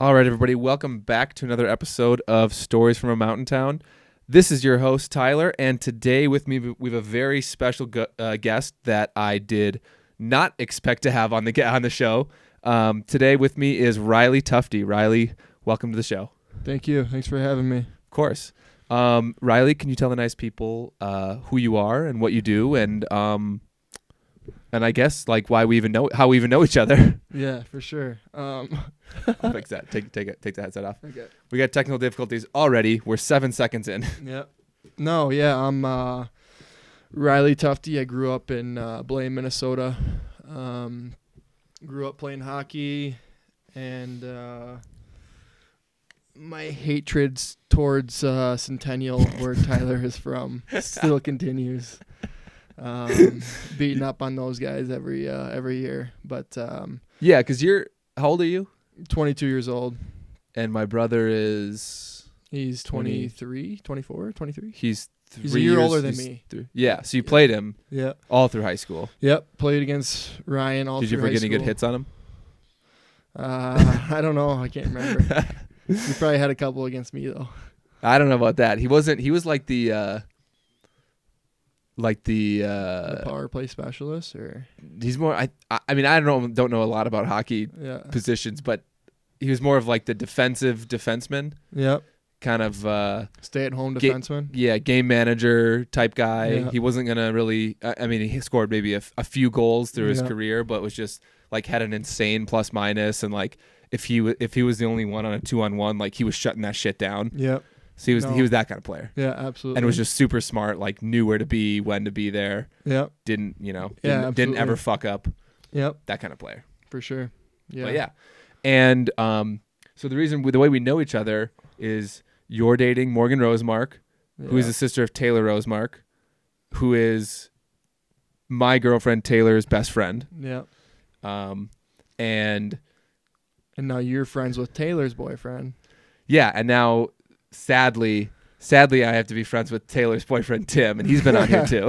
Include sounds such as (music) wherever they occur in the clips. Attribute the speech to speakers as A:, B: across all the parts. A: All right, everybody, welcome back to another episode of Stories from a Mountain Town. This is your host, Tyler, and today with me, we have a very special gu- uh, guest that I did not expect to have on the, ga- on the show. Um, today with me is Riley Tufty. Riley, welcome to the show.
B: Thank you. Thanks for having me.
A: Of course. Um, Riley, can you tell the nice people uh, who you are and what you do, and um, and I guess like why we even know how we even know each other? (laughs)
B: Yeah, for sure. (laughs) Um,
A: I'll fix that. Take take it. Take the headset off.
B: (laughs) okay.
A: We got technical difficulties already. We're seven seconds in. (laughs)
B: Yep. No, yeah, I'm uh, Riley Tufty. I grew up in uh, Blaine, Minnesota. Um, grew up playing hockey, and uh, my hatreds towards uh, Centennial, (laughs) where Tyler is from, still continues. (laughs) Um, beating up on those guys every uh, every year, but um,
A: Yeah, because you're how old are you?
B: 22 years old.
A: And my brother is
B: He's
A: Twenty-
B: 23, 24, 23.
A: he's three
B: He's a year
A: years-
B: older than
A: he's
B: me.
A: three- yeah, so you played him
B: Yeah.
A: all through high school.
B: Yep. Played against Ryan all
A: Did you
B: through
A: ever
B: high
A: get any good
B: school.
A: hits on him?
B: Uh, (laughs) I don't know. I
A: (laughs)
B: can't remember. you probably had a couple against me though.
A: I don't know about that. He wasn't. He was like the uh, like the uh,
B: the power play specialist or
A: he's more I I I mean I don't know, don't know a lot about hockey
B: yeah.
A: positions, but he was more of like the defensive defenseman,
B: Yep.
A: kind of uh
B: Stay at home
A: Get-
B: defenseman.
A: yeah, game manager type guy.
B: Yeah.
A: He wasn't going to really I I mean he scored maybe a, f- a few goals through his
B: Yeah.
A: career, but was just like had an insane plus minus and like if he w- if he was the only one on a 2 on 1, like he was shutting that shit down.
B: yep.
A: So he was
B: No.
A: he was that kind of player.
B: Yeah, absolutely.
A: And was just super smart, like knew where to be, when to be there.
B: Yep.
A: Didn't, you know, didn't,
B: Yeah,
A: didn't
B: absolutely.
A: ever fuck up.
B: Yep,
A: That kind of player.
B: for sure. Yeah.
A: But yeah. And um, so the reason, the way we know each other is you're dating Morgan Rosemark, who is the sister of Taylor Rosemark, who is my girlfriend Taylor's best friend.
B: Yeah.
A: Um, and
B: And now you're friends with Taylor's boyfriend.
A: (laughs) yeah, and now sadly, sadly, I have to be friends with Taylor's boyfriend Tim, and he's been on here too.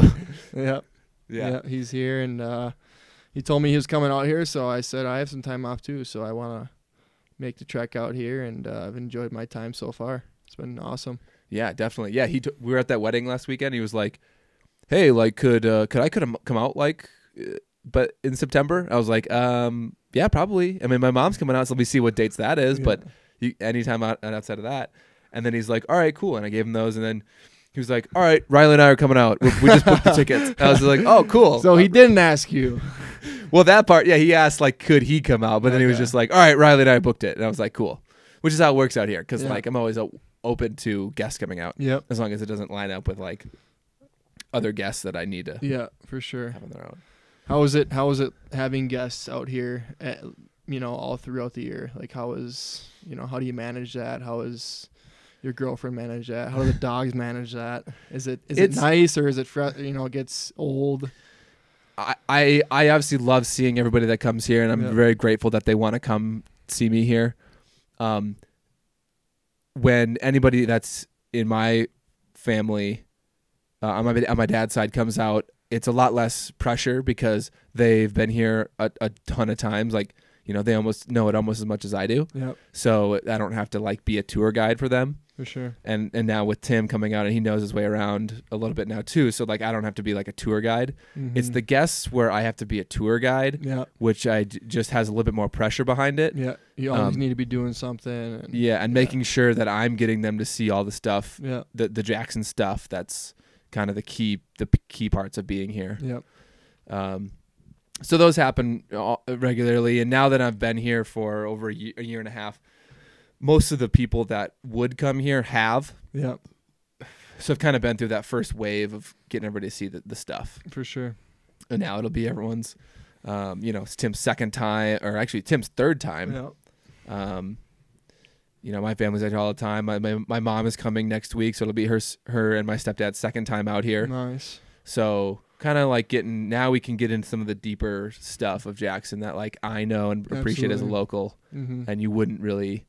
B: Yep.
A: yeah.
B: Yep, he's here and uh he told me he was coming out here, so I said I have some time off too, so I want to make the trek out here and uh, I've enjoyed my time so far. It's been awesome.
A: Yeah, definitely. Yeah, he. T- we were at that wedding last weekend. He was like, "Hey, like, could uh, could I could come out like, uh, but in September?" I was like, "Um, yeah, probably." I mean, my mom's coming out, so let me see what dates that is. But you, anytime out and outside of that, and then he's like, "All right, cool," and I gave him those, and then he was like, "All right, Riley and I are coming out. We, we just booked the tickets." And I was like, "Oh, cool."
B: (laughs) So he didn't ask you.
A: well, that part, yeah, he asked like, could he come out? But then he was
B: Okay.
A: just like, all right, Riley and I booked it, and I was like, cool, which is how it works out here, because
B: Yeah.
A: like I'm always o- open to guests coming out
B: Yep.
A: as long as it doesn't line up with like other guests that I need to
B: Yeah, for sure.
A: have on their own.
B: How was it? How was it having guests out here? At, you know, all throughout the year. Like, how is you know? How do you manage that? How is your girlfriend manage that? How do the dogs manage that? Is it is
A: It's-
B: it nice or is it fre- you know gets old?
A: I, I I obviously love seeing everybody that comes here, and I'm
B: Yeah.
A: very grateful that they want to come see me here. Um, when anybody that's in my family, uh, on my on my dad's side, comes out, it's a lot less pressure because they've been here a, a ton of times. Like you know, they almost know it almost as much as I do,
B: Yep,
A: so I don't have to like be a tour guide for them.
B: for sure.
A: and and now with Tim coming out and he knows his way around a little bit now too. So like I don't have to be like a tour guide.
B: Mm-hmm.
A: It's
B: Mm.
A: the guests where I have to be a tour guide,
B: yeah
A: which I j- just has a little bit more pressure behind it. Yeah,
B: yeah. You always
A: Um,
B: need to be doing something. And,
A: and
B: Yeah.
A: making sure that I'm getting them to see all the stuff,
B: yeah,
A: the the Jackson stuff. That's kind of the key the p- key parts of being here.
B: yep,
A: Um, so those happen all, regularly, and now that I've been here for over a year, a year and a half, most of the people that would come here have
B: yep,
A: So I've kind of been through that first wave of getting everybody to see the, the stuff,
B: for sure.
A: and now it'll be everyone's. Um, you know, it's Tim's second time, or actually Tim's third time.
B: Yep,
A: Um, you know, my family's out here all the time. My, my my mom is coming next week, so it'll be her s- her and my stepdad's second time out
B: Mm-hmm.
A: here.
B: nice.
A: So kind of like getting now we can get into some of the deeper stuff of Jackson that like I know and appreciate as a
B: Absolutely.
A: local,
B: hmm
A: and you wouldn't really,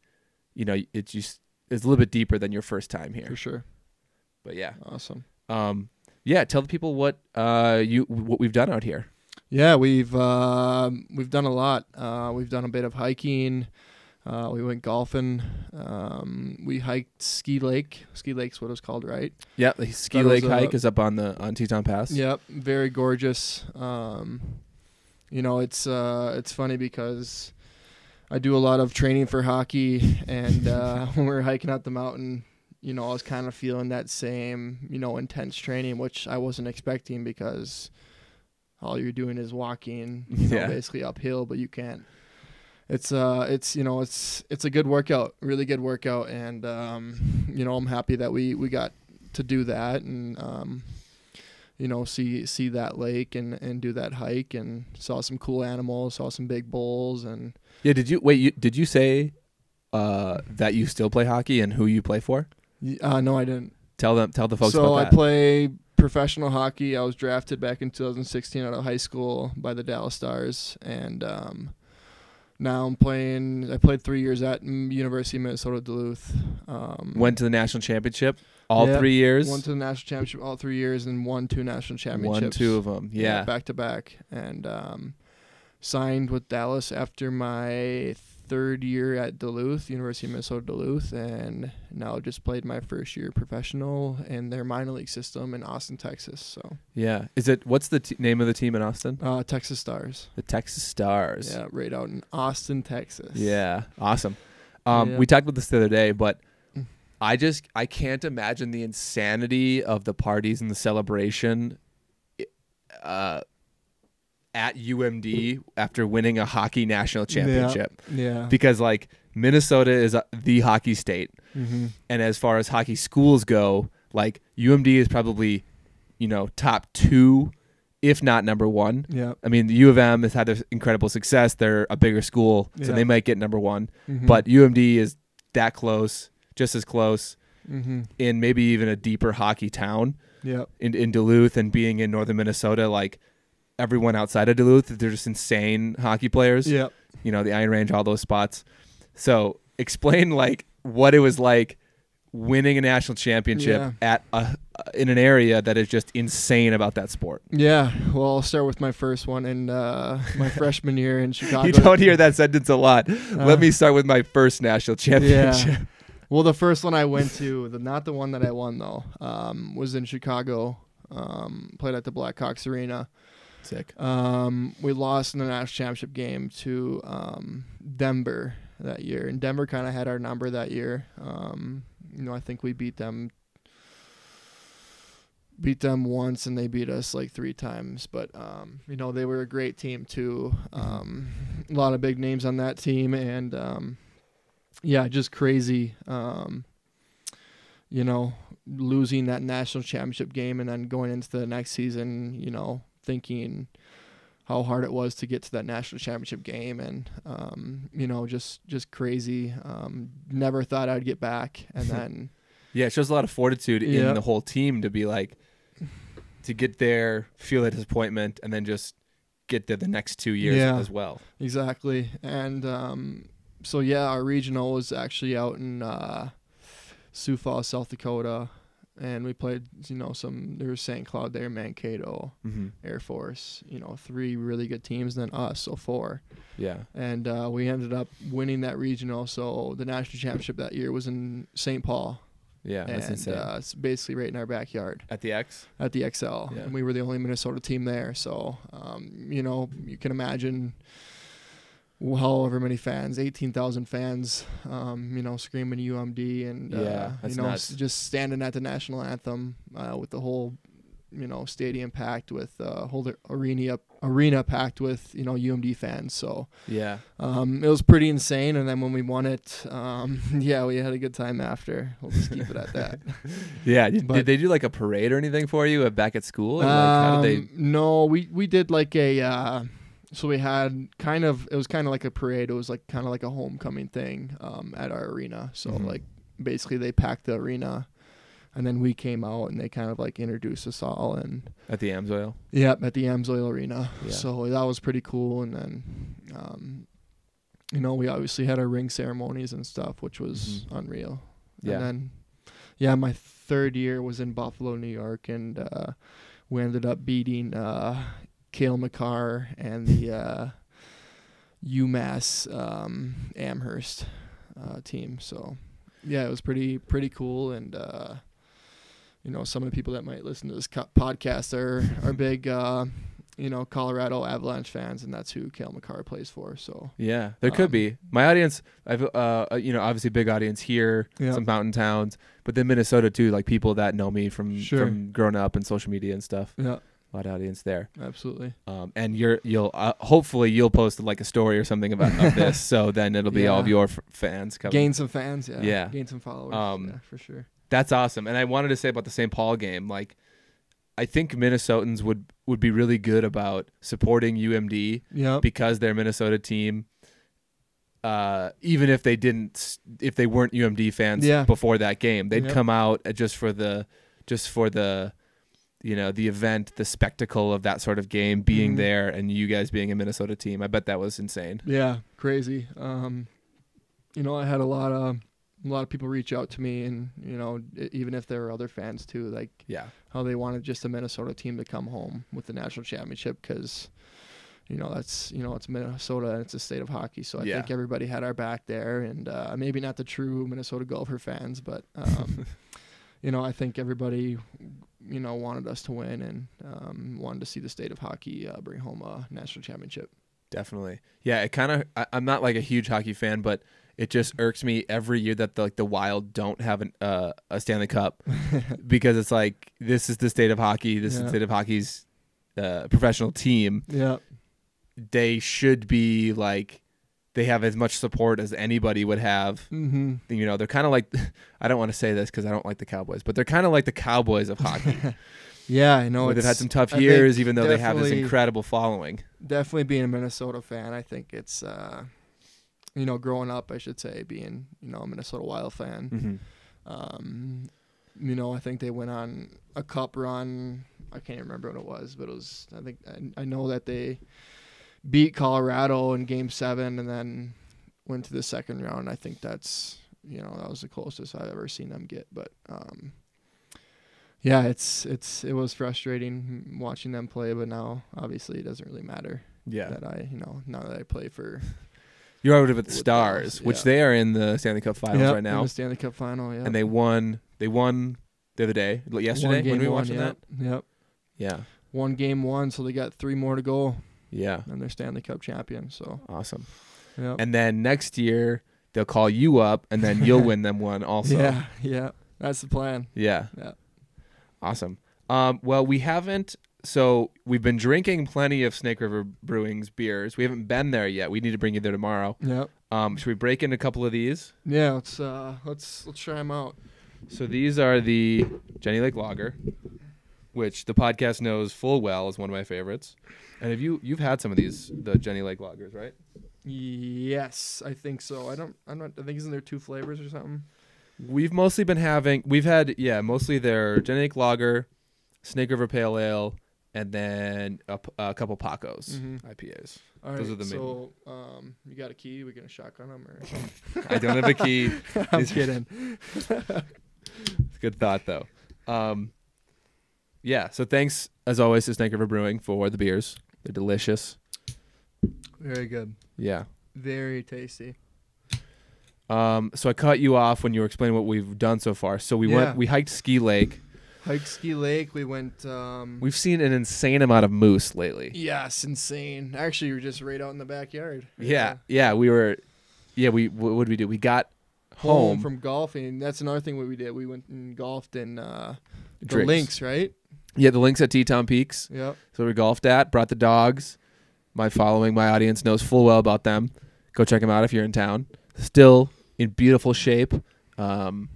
A: you know, it's just it's a little bit deeper than your first time
B: For
A: here.
B: sure.
A: But yeah.
B: Awesome.
A: Um, yeah, tell the people what uh you what we've done out here.
B: Yeah, we've um we've done a lot. Uh, we've done a bit of hiking. Uh, we went golfing. Um, we hiked Ski Lake. Ski Lake's what it was called, right?
A: Yeah, the ski
B: That was
A: lake
B: a-
A: hike is up on the on Teton Pass.
B: Yep, very gorgeous. Um, you know, it's uh, it's funny because I do a lot of training for hockey, and uh, (laughs) when we were hiking up the mountain, you know, I was kind of feeling that same, you know, intense training, which I wasn't expecting because all you're doing is walking, you know,
A: Yeah.
B: basically uphill, but you can't. It's uh, it's you know, it's it's a good workout, really good workout, and um, you know, I'm happy that we we got to do that and um, you know see see that lake and and do that hike and saw some cool animals saw some big bulls and
A: Yeah. Did you wait? You, did you say uh, that you still play hockey and who you play for?
B: uh no i didn't
A: Tell them. Tell the folks
B: so
A: about
B: i
A: that.
B: play professional hockey i was drafted back in 2016 out of high school by the dallas stars and um now i'm playing i played three years at M- university of minnesota duluth um
A: Went to the national championship all
B: Yeah,
A: three years.
B: won to the national championship all three years and won two national championships
A: Won two of them. Yeah.
B: back to back, and um, signed with Dallas after my third year at Duluth, University of Minnesota Duluth, and now just played my first year professional in their minor league system in Austin, Texas. So
A: Yeah. Is it what's the t- name of the team in Austin?
B: uh, Texas Stars,
A: The Texas Stars.
B: yeah, right out in Austin, Texas.
A: Yeah. Awesome. Um,
B: Yeah.
A: We talked about this the other day, but I just I can't imagine the insanity of the parties and the celebration uh, at UMD after winning a hockey national championship.
B: yeah,
A: Because like Minnesota is uh, the hockey state,
B: mm-hmm.
A: and as far as hockey schools go, like UMD is probably you know top two, if not number one.
B: yeah,
A: I mean, the U of M has had this incredible success. They're a bigger school, so
B: Yeah.
A: they might get number one.
B: mhm,
A: But UMD is that close, just as close,
B: mhm,
A: and maybe even a deeper hockey town
B: yeah,
A: in, in Duluth and being in northern Minnesota. Like everyone outside of Duluth, they're just insane hockey players.
B: yeah.
A: You know, the Iron Range, all those spots. So explain like what it was like winning a national championship
B: Yeah.
A: at a, in an area that is just insane about that sport.
B: Yeah, well, I'll start with my first one in uh,
A: (laughs)
B: my freshman year in Chicago.
A: You don't hear that sentence a lot.
B: Uh,
A: Let me start with my first national championship.
B: Yeah. Well, the first one I went to, the not the one that I won though, um, was in Chicago. Um, played at the Blackhawks Arena.
A: Sick.
B: Um, we lost in the national championship game to um, Denver that year, and Denver kind of had our number that year. Um, you know, I think we beat them, beat them once, and they beat us like three times. But um, you know, they were a great team too. Um, a lot of big names on that team, and um, yeah, just crazy. Um, you know, losing that national championship game and then going into the next season, you know, thinking how hard it was to get to that national championship game and um, you know, just just crazy. Um, never thought I'd get back and then
A: Yeah, it shows a lot of fortitude
B: Yeah.
A: in the whole team to be like to get there, feel the disappointment, and then just get there the next two years
B: Yeah.
A: as well.
B: exactly. And um, so yeah, our regional was actually out in uh, Sioux Falls, South Dakota. And we played, you know, some. There was St. Cloud there, Mankato,
A: Mm-hmm.
B: Air Force. You know, three really good teams, and then us, so four.
A: Yeah.
B: and uh, we ended up winning that regional. So the national championship that year was in St. Paul,
A: Yeah. That's
B: and
A: insane.
B: uh, it's basically right in our backyard
A: At the X?
B: at the XL,
A: Yeah.
B: and we were the only Minnesota team there. So um, you know, you can imagine however many fans, eighteen thousand fans, um, you know, screaming UMD and
A: Yeah,
B: uh, you
A: that's
B: know,
A: nuts.
B: s- just standing at the national anthem uh, with the whole you know stadium packed with uh, whole arena arena packed with you know UMD fans. So
A: Yeah.
B: um, it was pretty insane, and then when we won it, um, (laughs) yeah, we had a good time after. We'll just keep it
A: (laughs)
B: at that.
A: Yeah. Did,
B: But-
A: did they do like a parade or anything for you at- back at school? Or like, how did
B: Um, No, we we did like a. Uh, so we had kind of it was kind of like a parade. It was like kind of like a homecoming thing um, at our arena. So
A: Mhm.
B: like basically they packed the arena, and then we came out and they kind of like introduced us all and
A: they at the Amsoil?
B: Yep, at the Amsoil Arena.
A: Yeah.
B: So that was pretty cool. And then, um, you know, we obviously had our ring ceremonies and stuff, which was unreal.
A: Mm-hmm. Yeah.
B: And then, yeah, my third year was in Buffalo, New York, and uh, we ended up beating uh, Kale McCarr and the uh, UMass um, Amherst uh, team. So yeah, it was pretty pretty cool, and uh, you know some of the people that might listen to this co- podcast are are big. Uh, you know, Colorado Avalanche fans, and that's who Kale McCarr plays for. So
A: Yeah, there could
B: Um,
A: be my audience. I've uh, uh, you know, obviously big audience here,
B: Yeah.
A: some mountain towns, but then Minnesota too, like people that know me from
B: Sure.
A: from growing up and social media and stuff.
B: yeah,
A: A lot of audience there.
B: absolutely.
A: Um, and you're you'll uh, hopefully you'll post like a story or something about of this, so then it'll be all of
B: Yeah.
A: your f- fans coming.
B: Gain some fans, yeah.
A: Yeah.
B: Gain some followers.
A: Um,
B: yeah, for sure.
A: That's awesome. And I wanted to say about the St. Paul game, like I think Minnesotans would would be really good about supporting UMD
B: Yeah.
A: because they're a Minnesota team. Uh, even if they didn't, if they weren't UMD fans
B: Yeah.
A: before that game, they'd
B: Yep.
A: come out uh, just for the, just for the, you know, the event, the spectacle of that sort of game being
B: Mhm.
A: there, and you guys being a Minnesota team. I bet that was insane.
B: Yeah, crazy. Um, you know, I had a lot of a lot of people reach out to me, and you know, e- even if there were other fans too, like
A: Yeah,
B: how they wanted just the Minnesota team to come home with the national championship because. You know that's you know it's Minnesota and it's a state of hockey, so I
A: Yeah.
B: think everybody had our back there, and uh, maybe not the true Minnesota golfer fans, but
A: (laughs)
B: um, you know I think everybody you know wanted us to win and um, wanted to see the state of hockey uh, bring home a
A: (laughs)
B: national championship.
A: definitely. Yeah, it kind of. I'm not like a huge hockey fan, but it just irks me every year that the, like the Wild don't have an, uh, a Stanley Cup because it's like this is the state of hockey. This is
B: Yeah.
A: the state of hockey's uh, professional team.
B: Yeah,
A: they should be like they have as much support as anybody would have.
B: Mm-hmm.
A: You know, they're kind of like (laughs) I don't want to say this because I don't like the Cowboys, but they're kind of like the Cowboys
B: (laughs)
A: of hockey.
B: Yeah, I know.
A: where they've had
B: it's-
A: some tough
B: I
A: years,
B: think
A: even though they have this
B: definitely-
A: incredible following.
B: Definitely being a Minnesota fan, I think it's, uh, you know, growing up, I should say, being you know a Minnesota Wild fan.
A: Mm-hmm.
B: Um, you know, I think they went on a cup run. I can't remember what it was, but it was. I think I, I know that they beat Colorado in Game Seven, and then went to the second round. I think that's you know that was the closest I've ever seen them get. But um, yeah, it's it's it was frustrating watching them play, but now obviously it doesn't really matter
A: Yeah,
B: that I you know now that I play for
A: you're over with the
B: With
A: Stars,
B: Dallas,
A: which
B: yeah.
A: they are in the Stanley Cup Finals
B: Yep,
A: right
B: in
A: now,
B: the Stanley Cup final. Yeah,
A: and they won. They won the other day, like yesterday. When we were watching that,
B: that. Yep.
A: yeah,
B: one game one, so they got three more to go,
A: yeah,
B: and they're Stanley Cup champion. So
A: awesome.
B: yeah,
A: And then next year they'll call you up, and then
B: (laughs)
A: you'll win them one also.
B: yeah, yeah, that's the plan.
A: Yeah.
B: Yeah.
A: Awesome. Um, well, we haven't. So we've been drinking plenty of Snake River Brewing's beers. We haven't been there yet. We need to bring you there tomorrow.
B: Yep.
A: Um, should we break in a couple of these?
B: Yeah, let's uh, let's let's try them out.
A: So these are the Jenny Lake Lager, which the podcast knows full well is one of my favorites. And have you you've had some of these the Jenny Lake Lagers, right?
B: Yes, I think so. I don't. I'm not. I think isn't there two flavors or something?
A: We've mostly been having we've had yeah mostly their Jenny Lake Lager, Snake River Pale Ale, and then a, p- a couple Pacos
B: Mhm.
A: IPAs.
B: All right.
A: Those are the main
B: so, um, you got a key? We gonna shotgun them (laughs) or?
A: I don't have a key.
B: I'm
A: These-
B: kidding.
A: Good thought though. Um, yeah. So thanks as always to Snake River Brewing for the beers. They're delicious.
B: Very good.
A: Yeah.
B: Very tasty.
A: Um, so I cut you off when you were explaining what we've done so far. So we
B: Yeah.
A: went, we hiked Ski Lake.
B: Hike Ski Lake. We went. Um,
A: We've seen an insane amount of moose lately.
B: yes, insane. Actually, we were just right out in the backyard.
A: Yeah, yeah. We were, yeah. We what would we do? We got
B: home
A: home,
B: from golfing. That's another thing what we did. We went and golfed in uh, the
A: Drinks.
B: links, right?
A: Yeah, the links at Teton Peaks.
B: Yep.
A: So we golfed at, brought the dogs. My following, my audience knows full well about them. Go check them out if you're in town. Still in beautiful shape. Um,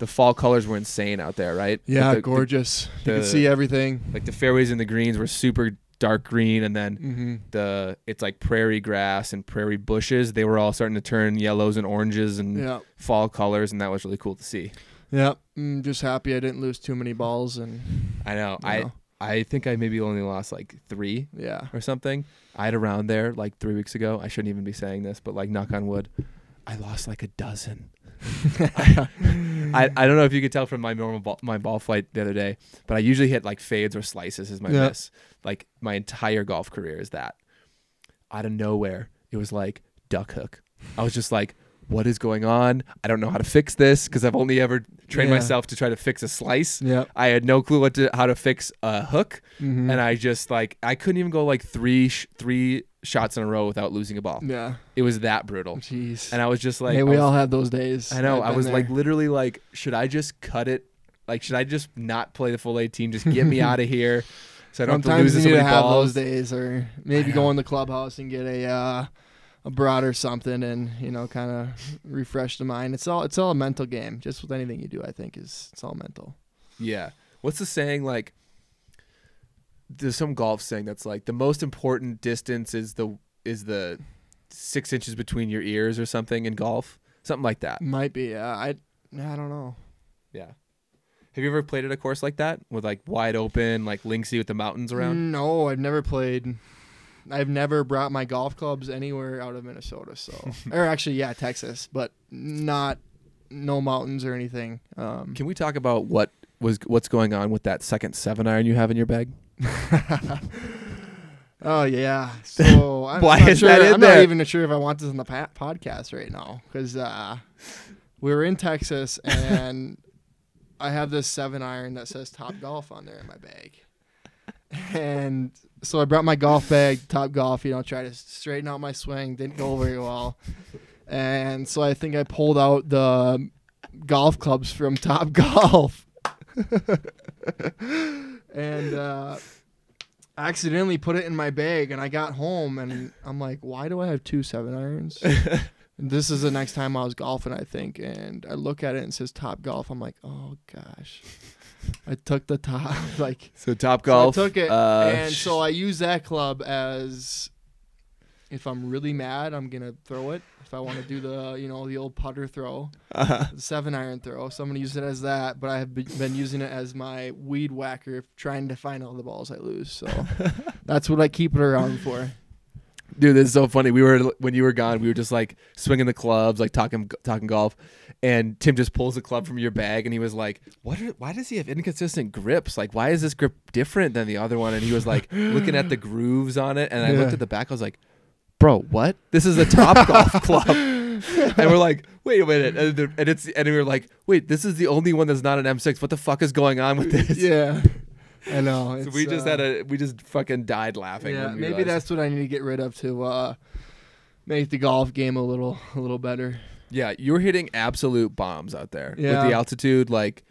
A: the fall colors were insane out there, right?
B: Yeah,
A: Like the-
B: gorgeous. you
A: the-
B: can see everything.
A: Like the fairways and the greens were super dark green, and then
B: Mm-hmm.
A: the it's like prairie grass and prairie bushes. They were all starting to turn yellows and oranges and
B: Yeah,
A: fall colors, and that was really cool to see.
B: yeah. Mm, just happy I didn't lose too many balls, and
A: I know.
B: you
A: I
B: know,
A: I think I maybe only lost like three
B: yeah,
A: or something. I had a round there like three weeks ago. I shouldn't even be saying this, but like knock on wood, I lost like a dozen. I, I don't know if you could tell from my normal ball, my ball flight the other day, but I usually hit like fades or slices is my
B: Yeah.
A: miss. Like my entire golf career is that. Out of nowhere, it was like duck hook. I was just like, what is going on? I don't know how to fix this because I've only ever trained
B: Yeah.
A: myself to try to fix a slice.
B: Yeah.
A: I had no clue what to how to fix a hook,
B: Mm-hmm.
A: and I just like I couldn't even go like three sh- three shots in a row without losing a ball.
B: yeah.
A: It was that brutal,
B: Jeez.
A: and I was just like,
B: hey,
A: I
B: we
A: was-
B: all had those days.
A: I know.
B: I've
A: I
B: been
A: was like
B: there.
A: literally like, should I just cut it? Like, should I just not play the full A team? Just get
B: (laughs)
A: me out of here, so I don't have to lose
B: sometimes you
A: this
B: need
A: many
B: to have
A: balls.
B: those days, or maybe
A: I
B: go
A: know.
B: in the clubhouse and get a uh, a broad or something, and you know, kind of refresh the mind. It's all it's all a mental game. Just with anything you do, I think is it's all mental.
A: Yeah. What's the saying like? There's some golf saying that's like the most important distance is the is the six inches between your ears or something in golf, something like that.
B: Might be. Uh, I I don't know.
A: Yeah. Have you ever played at a course like that with like wide open, like linksy with the mountains around?
B: No, I've never played. I've never brought my golf clubs anywhere out of Minnesota. So,
A: (laughs)
B: or actually, yeah, Texas, but not no mountains or anything. Um,
A: Can we talk about what was what's going on with that second seven iron you have in your bag? (laughs)
B: oh yeah. So I'm
A: Why
B: not
A: is
B: sure.
A: that in
B: I'm
A: there?
B: not even sure if I want this on the pa- podcast right now because uh, we were
A: (laughs)
B: in Texas and I have this seven iron that says Top Golf on there in my bag, and so I brought my golf bag, Top Golf. You know, try to straighten out my swing. Didn't go very well, and so I think I pulled out the golf clubs from Top (laughs) Golf. and uh, I accidentally put it in my bag and I got home and I'm like, why do I have two seven irons? this is the next time I was golfing, I think. And I look at it and it says top golf. I'm like, oh gosh. I took the top (laughs) like
A: So top
B: so
A: golf.
B: I took it
A: uh,
B: and so I use that club as if I'm really mad, I'm gonna throw it. If I want to do the, you know, the old putter throw,
A: uh
B: the seven iron throw. So I'm gonna use it as that, but I have be- been using it as my weed whacker, trying to find all the balls I lose.
A: (laughs)
B: So that's what I keep it around for.
A: Dude, this is so funny. We were when you were gone, we were just like swinging the clubs, like talking talking golf, and Tim just pulls a club from your bag, and he was like, "What? Are, why does he have inconsistent grips? Like, why is this grip different than the other one?" And he was like looking
B: (laughs)
A: at the grooves on it, and I looked
B: Yeah.
A: at the back, I was like, "Bro, what? This is a top
B: (laughs)
A: golf club." And we're like, "Wait a minute!" And, the- and it's and we were like, "Wait, this is the only one that's not an M6. What the fuck is going on with this?"
B: (laughs) yeah, I know.
A: So
B: it's,
A: we just
B: uh,
A: had a we just fucking died laughing.
B: Yeah,
A: when we
B: maybe
A: realized-
B: that's what I need to get rid of to uh, make the golf game a little a little better.
A: Yeah, you were hitting absolute bombs out there
B: Yeah.
A: with the altitude. Like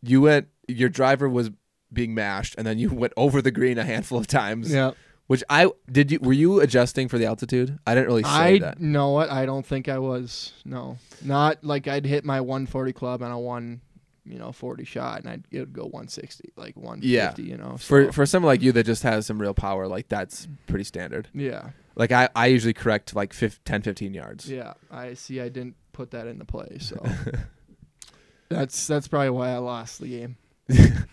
A: you went, your driver was being mashed, and then you (laughs) went over the green a handful of times.
B: Yeah,
A: Which I did. You were you adjusting for the altitude? I didn't really say
B: I (laughs)
A: that.
B: know what I don't think I was. No, not like I'd hit my 140 club on a one. You know, forty shot, and I'd it would go one sixty, like one fifty. You know,
A: For
B: so-
A: for someone like you that just has some real power, like that's pretty standard.
B: yeah,
A: Like I, I usually correct like fif- 10, 15 yards.
B: Yeah, I see. I didn't put that into play, so that's that's probably why I lost the game.
A: (laughs)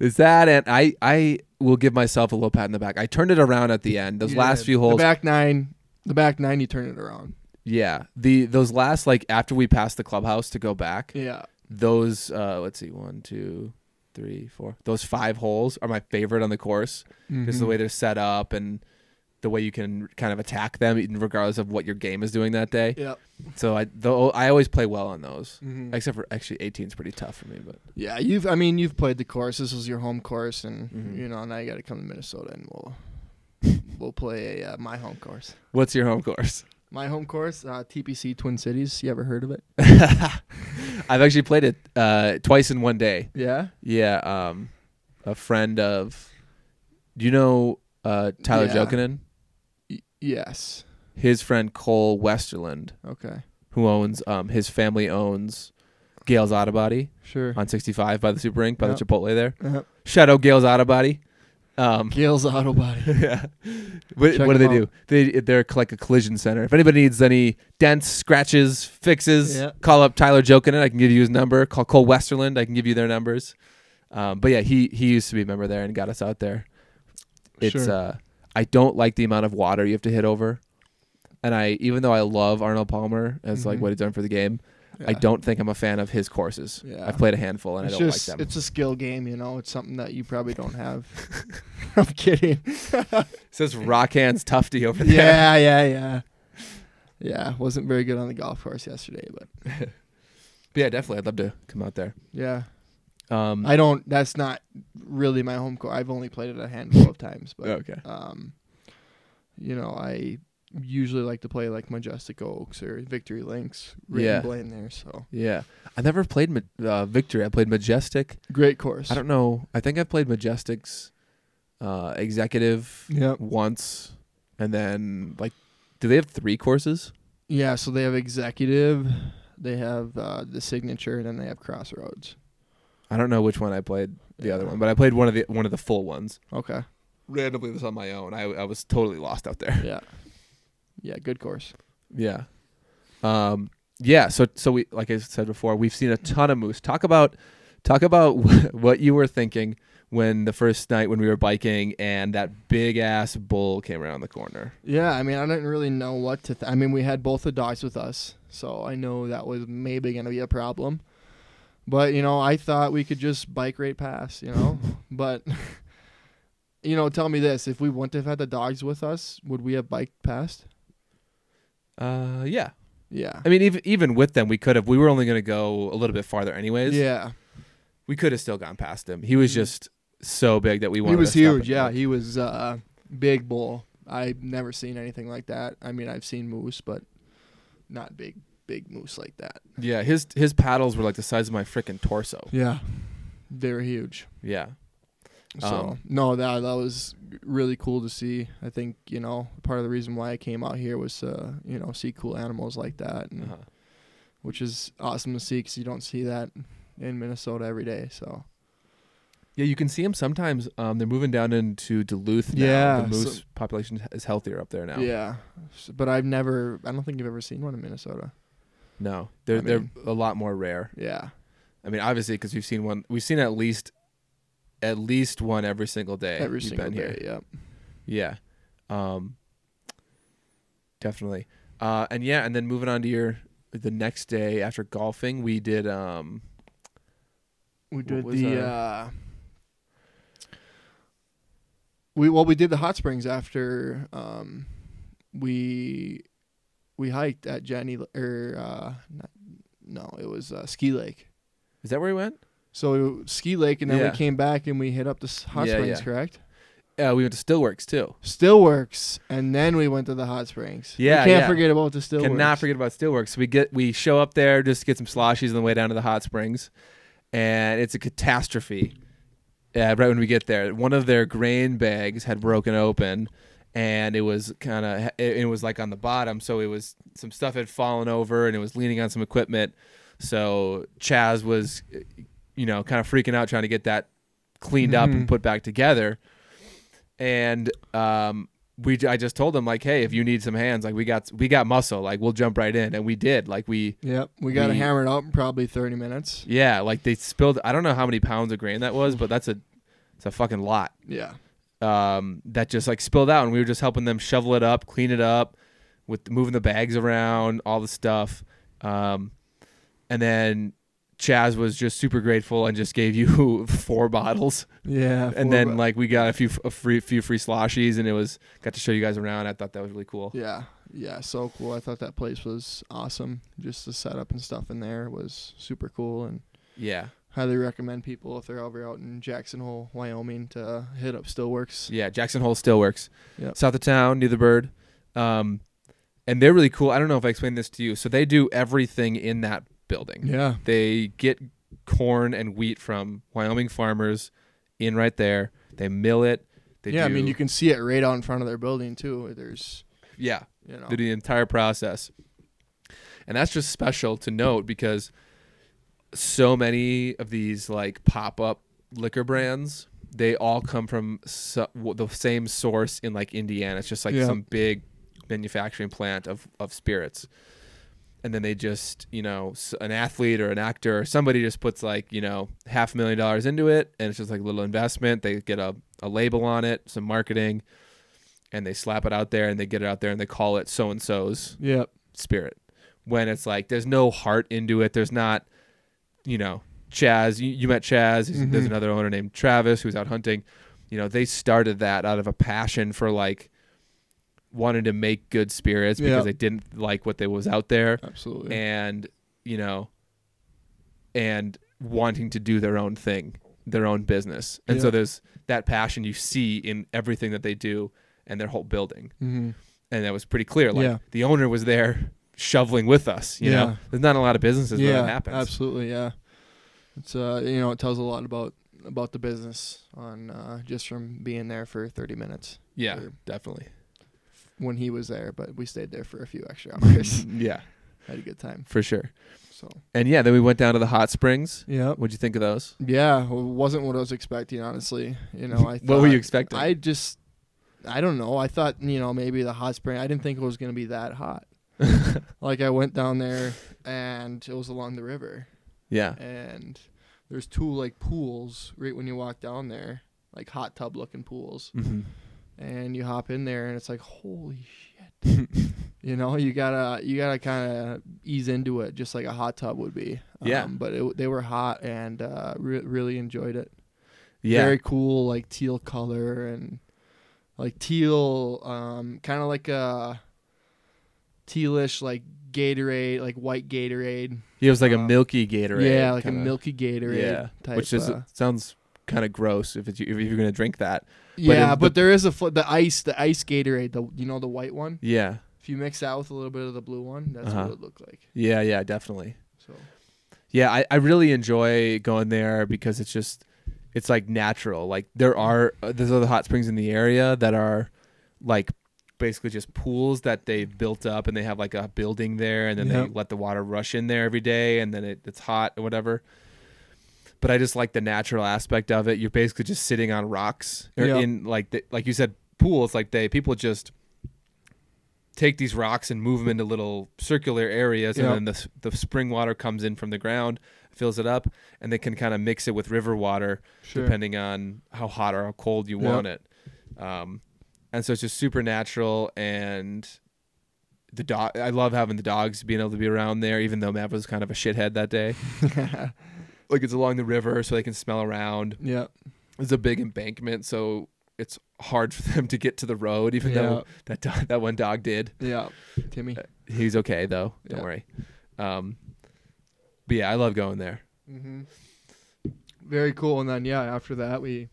A: Is that and I I will give myself a little pat in the back. I turned it around at the end. Those
B: You
A: last
B: did.
A: few holes,
B: the back nine, the back nine, you turn it around.
A: yeah. The those last like after we passed the clubhouse to go back.
B: Yeah,
A: those uh let's see one two three four those five holes are my favorite on the course
B: Mm-hmm.
A: just the way they're set up and the way you can kind of attack them even regardless of what your game is doing that day
B: Yeah,
A: so i though i always play well on those
B: Mm-hmm.
A: except for actually 18 is pretty tough for me but
B: yeah. You've, I mean, you've played the course. This was your home course, and
A: Mhm.
B: you know now you got to come to Minnesota, and
A: (laughs)
B: we'll we'll play a, uh, my home course.
A: what's your home course (laughs)
B: My home course, uh, TPC Twin Cities. You ever heard of it?
A: i've actually played it uh twice in one day
B: Yeah,
A: yeah um a friend of do you know uh tyler
B: Yeah.
A: Jokinen?
B: Y- yes.
A: his friend cole westerland
B: Okay,
A: who owns um his family owns Gail's Autobody
B: (laughs) sure.
A: on 65 by the Super Inc. by
B: Yep.
A: the Chipotle there.
B: Uh,
A: Shout out Gail's Autobody. Um, (laughs)
B: Gale's Auto Body.
A: yeah. What,
B: Check
A: what do they
B: them
A: do? They they're like a collision center. If anybody needs any dents, scratches, fixes,
B: Yeah.
A: call up Tyler Jokinen. I can give you his number. Call Cole Westerland. I can give you their numbers. Um, but yeah, he he used to be a member there and got us out there. It's
B: Sure.
A: uh, I don't like the amount of water you have to hit over, and I even though I love Arnold Palmer as like
B: Mhm.
A: what he's done for the game, I
B: Yeah.
A: don't think I'm a fan of his courses.
B: Yeah.
A: I've played a handful and
B: it's
A: I don't
B: just
A: like them.
B: it's a skill game, you know. It's something that you probably don't
A: (laughs)
B: have. I'm kidding.
A: It says rock hands tufty over there. (laughs)
B: yeah, yeah, yeah. Yeah, wasn't very good on the golf course yesterday, but
A: But yeah, definitely. I'd love to come out there.
B: yeah,
A: Um,
B: I don't. That's not really my home course. I've only played it a handful of times, but
A: okay.
B: um, you know, I usually like to play like Majestic Oaks or Victory Links, right
A: Yeah.
B: in Blaine there. So
A: Yeah. I never played Ma- uh, Victory. I played Majestic.
B: great course.
A: I don't know. I think I've played Majestic's uh, executive
B: Yeah,
A: once, and then like, do they have three courses?
B: yeah. So they have executive, they have uh, the signature, and then they have Crossroads.
A: I don't know which one I played the other
B: Yeah.
A: one, but I played one of the one of the full ones.
B: Okay.
A: Randomly, this on my own. I I was totally lost out there.
B: Yeah. Yeah. Good course.
A: Yeah. Um. Yeah. So so we like I said before, we've seen a ton of moose. Talk about talk about (laughs) what you were thinking when the first night when we were biking and that big ass bull came around the corner.
B: Yeah, I mean, I didn't really know what to. Th- I mean, we had both the dogs with us, so I know that was maybe going to be a problem. But you know, I thought we could just bike right past, you
A: (laughs)
B: know. but (laughs) you know, tell me this: if we wouldn't have had the dogs with us, would we have biked past?
A: Uh. Yeah.
B: Yeah.
A: I mean, even even with them, we could have. We were only going to go a little bit farther, anyways.
B: yeah,
A: We could have still gone past him. He was
B: Mhm.
A: just so big that we
B: he
A: wanted.
B: was
A: to stop
B: huge.
A: and-
B: Yeah, he was uh, big bull. I've never seen anything like that. I mean, I've seen moose, but not big, big moose like that.
A: Yeah. His his paddles were like the size of my freaking torso.
B: Yeah, they're huge.
A: Yeah.
B: So
A: Um,
B: no, that that was really cool to see. I think you know part of the reason why I came out here was uh, you know see cool animals like that, and,
A: Uh-huh.
B: which is awesome to see because you don't see that in Minnesota every day. So
A: Yeah, you can see them sometimes. Um, they're moving down into Duluth now.
B: Yeah,
A: the moose
B: so-
A: population is healthier up there now.
B: yeah, S- but I've never, I don't think I've ever seen one in Minnesota.
A: No, they're
B: I
A: they're
B: mean-
A: a lot more rare.
B: Yeah,
A: I mean, obviously, because we've seen one. We've seen at least at least one every single day.
B: every
A: we've
B: single
A: been here.
B: day. Yep.
A: Yeah. Um definitely. Uh and yeah, and then moving on to your the next day after golfing, we did um
B: We
A: What
B: did
A: was
B: the. Uh, we well, we did the hot springs after um, we we hiked at Jenny or uh, not, no, it was uh, Ski Lake.
A: is that where we went?
B: So we- Ski Lake, and then
A: Yeah.
B: we came back and we hit up the s- hot
A: Yeah,
B: springs.
A: yeah.
B: Correct.
A: Yeah, we went to Stillworks too.
B: Still works, and then we went to the hot springs. We
A: Yeah,
B: can't
A: yeah.
B: forget about the still.
A: Cannot forget about Steelworks. We get we show up there just to get some sloshies on the way down to the hot springs, and it's a catastrophe. Yeah, right when we get there, one of their grain bags had broken open, and it was kind of it, it was like on the bottom, so it was some stuff had fallen over, and it was leaning on some equipment. So Chaz was, you know, kind of freaking out trying to get that cleaned up and
B: Mhm.
A: put back together, and um, we j- I just told them like, hey, if you need some hands, like we got we got muscle, like we'll jump right in, and we did. Like we
B: Yep, we got to
A: We-
B: hammer it out in probably thirty minutes.
A: yeah, like they spilled. I don't know how many pounds of grain that was, but that's a it's a fucking lot.
B: Yeah,
A: Um, that just like spilled out, and we were just helping them shovel it up, clean it up, with moving the bags around, all the stuff. Um, and then Chaz was just super grateful and just gave (laughs) you four bottles
B: yeah.
A: and
B: four
A: then
B: bu-
A: like we got a few a free few free sloshies and it was got to show you guys around i thought that was really cool
B: Yeah, yeah, so cool. I thought that place was awesome. Just the setup and stuff in there was super cool, and
A: yeah
B: highly recommend people if they're ever out in Jackson Hole, Wyoming, to hit up Stillworks.
A: Yeah, Jackson Hole still works.
B: Yep.
A: South of town, near the bird. Um, and they're really cool. I don't know if I explained this to you. So they do everything in that building.
B: Yeah,
A: They get corn and wheat from Wyoming farmers in right there. They mill it. They
B: yeah. I
A: do-
B: mean, you can see it right out in front of their building too. There's,
A: yeah.
B: you know,
A: They do the entire process. And that's just special to note because so many of these like pop-up liquor brands, they all come from so, w- the same source in like Indiana. It's just like
B: Yeah.
A: some big manufacturing plant of of spirits. And then they just, you know, s- an athlete or an actor or somebody just puts like, you know, half a million dollars into it and it's just like a little investment. They get a, a label on it, some marketing, and they slap it out there and they get it out there and they call it so and so's
B: yep,
A: spirit when it's like there's no heart into it. There's not, you know, Chaz. You, you met Chaz. He's- There's
B: Mhm.
A: another owner named Travis who's out hunting. You know, they started that out of a passion for like wanting to make good spirits because
B: Yeah.
A: they didn't like what they was out there
B: Absolutely.
A: and you know and wanting to do their own thing their own business and so
B: Yeah.
A: there's that passion you see in everything that they do and their whole building
B: Mhm.
A: and that was pretty clear like
B: Yeah.
A: the owner was there shoveling with us you
B: Yeah.
A: know there's not a lot of businesses where
B: yeah,
A: that happens
B: absolutely. Yeah, it's uh, you know, it tells a lot about about the business on uh, just from being there for 30 minutes
A: yeah
B: Sure.
A: definitely
B: when he was there, but we stayed there for a few extra
A: (laughs) (laughs)
B: hours.
A: yeah
B: Had a good time.
A: for sure
B: So
A: and yeah then we went down to the hot springs
B: yeah,
A: what'd you think of those
B: yeah, it wasn't what I was expecting. Honestly, you know, I
A: (laughs) what were
B: thought-
A: you expecting
B: I just, I don't know. I thought you know maybe the hot spring. I didn't think it was gonna be
A: (laughs)
B: that hot. like I went down there and it was along the river.
A: yeah
B: and there's two like pools right when you walk down there, like hot tub looking pools,
A: Mhm.
B: and you hop in there and it's like holy shit.
A: (laughs)
B: you know, you gotta you gotta kind of ease into it, just like a hot tub would be. Um,
A: Yeah.
B: But it, they were hot and uh, re- really enjoyed it.
A: yeah
B: Very cool, like teal color and like teal, um, kind of like a tealish like Gatorade, like white Gatorade.
A: it was like a
B: um,
A: milky gatorade
B: yeah, like a
A: kinda.
B: milky Gatorade. type,
A: which is
B: uh,
A: sounds kind of gross if it's, if you're gonna drink that.
B: Yeah,
A: in
B: but there is a fl- the ice the ice Gatorade the you know the white one.
A: Yeah,
B: If you mix that with a little bit of the blue one, that's
A: Uh-huh.
B: what it looked like.
A: yeah, yeah, definitely.
B: So
A: Yeah, I, I really enjoy going there because it's just it's like natural. Like there are uh, there's other hot springs in the area that are like basically just pools that they've built up and they have like a building there and then
B: Yep.
A: they let the water rush in there every day and then it, it's hot or whatever. But I just like the natural aspect of it. You're basically just sitting on rocks or
B: Yeah.
A: in like the, like you said pools like they people just take these rocks and move them into little circular areas
B: Yeah.
A: and then the, s- the spring water comes in from the ground fills it up and they can kind of mix it with river water
B: sure.
A: depending on how hot or how cold you
B: Yeah.
A: want it um, and so it's just super natural and the dog i love having the dogs being able to be around there even though matt was kind of a shithead that
B: (laughs)
A: day like it's along the river so they can smell around
B: yeah.
A: it's a big embankment so it's hard for them to get to the road even though that dog, that one dog did
B: Yeah. Timmy.
A: Uh, He's okay though. Don't
B: Yeah.
A: worry. Um, but yeah, I love going there.
B: Mm-hmm. Very cool. And then yeah, after that we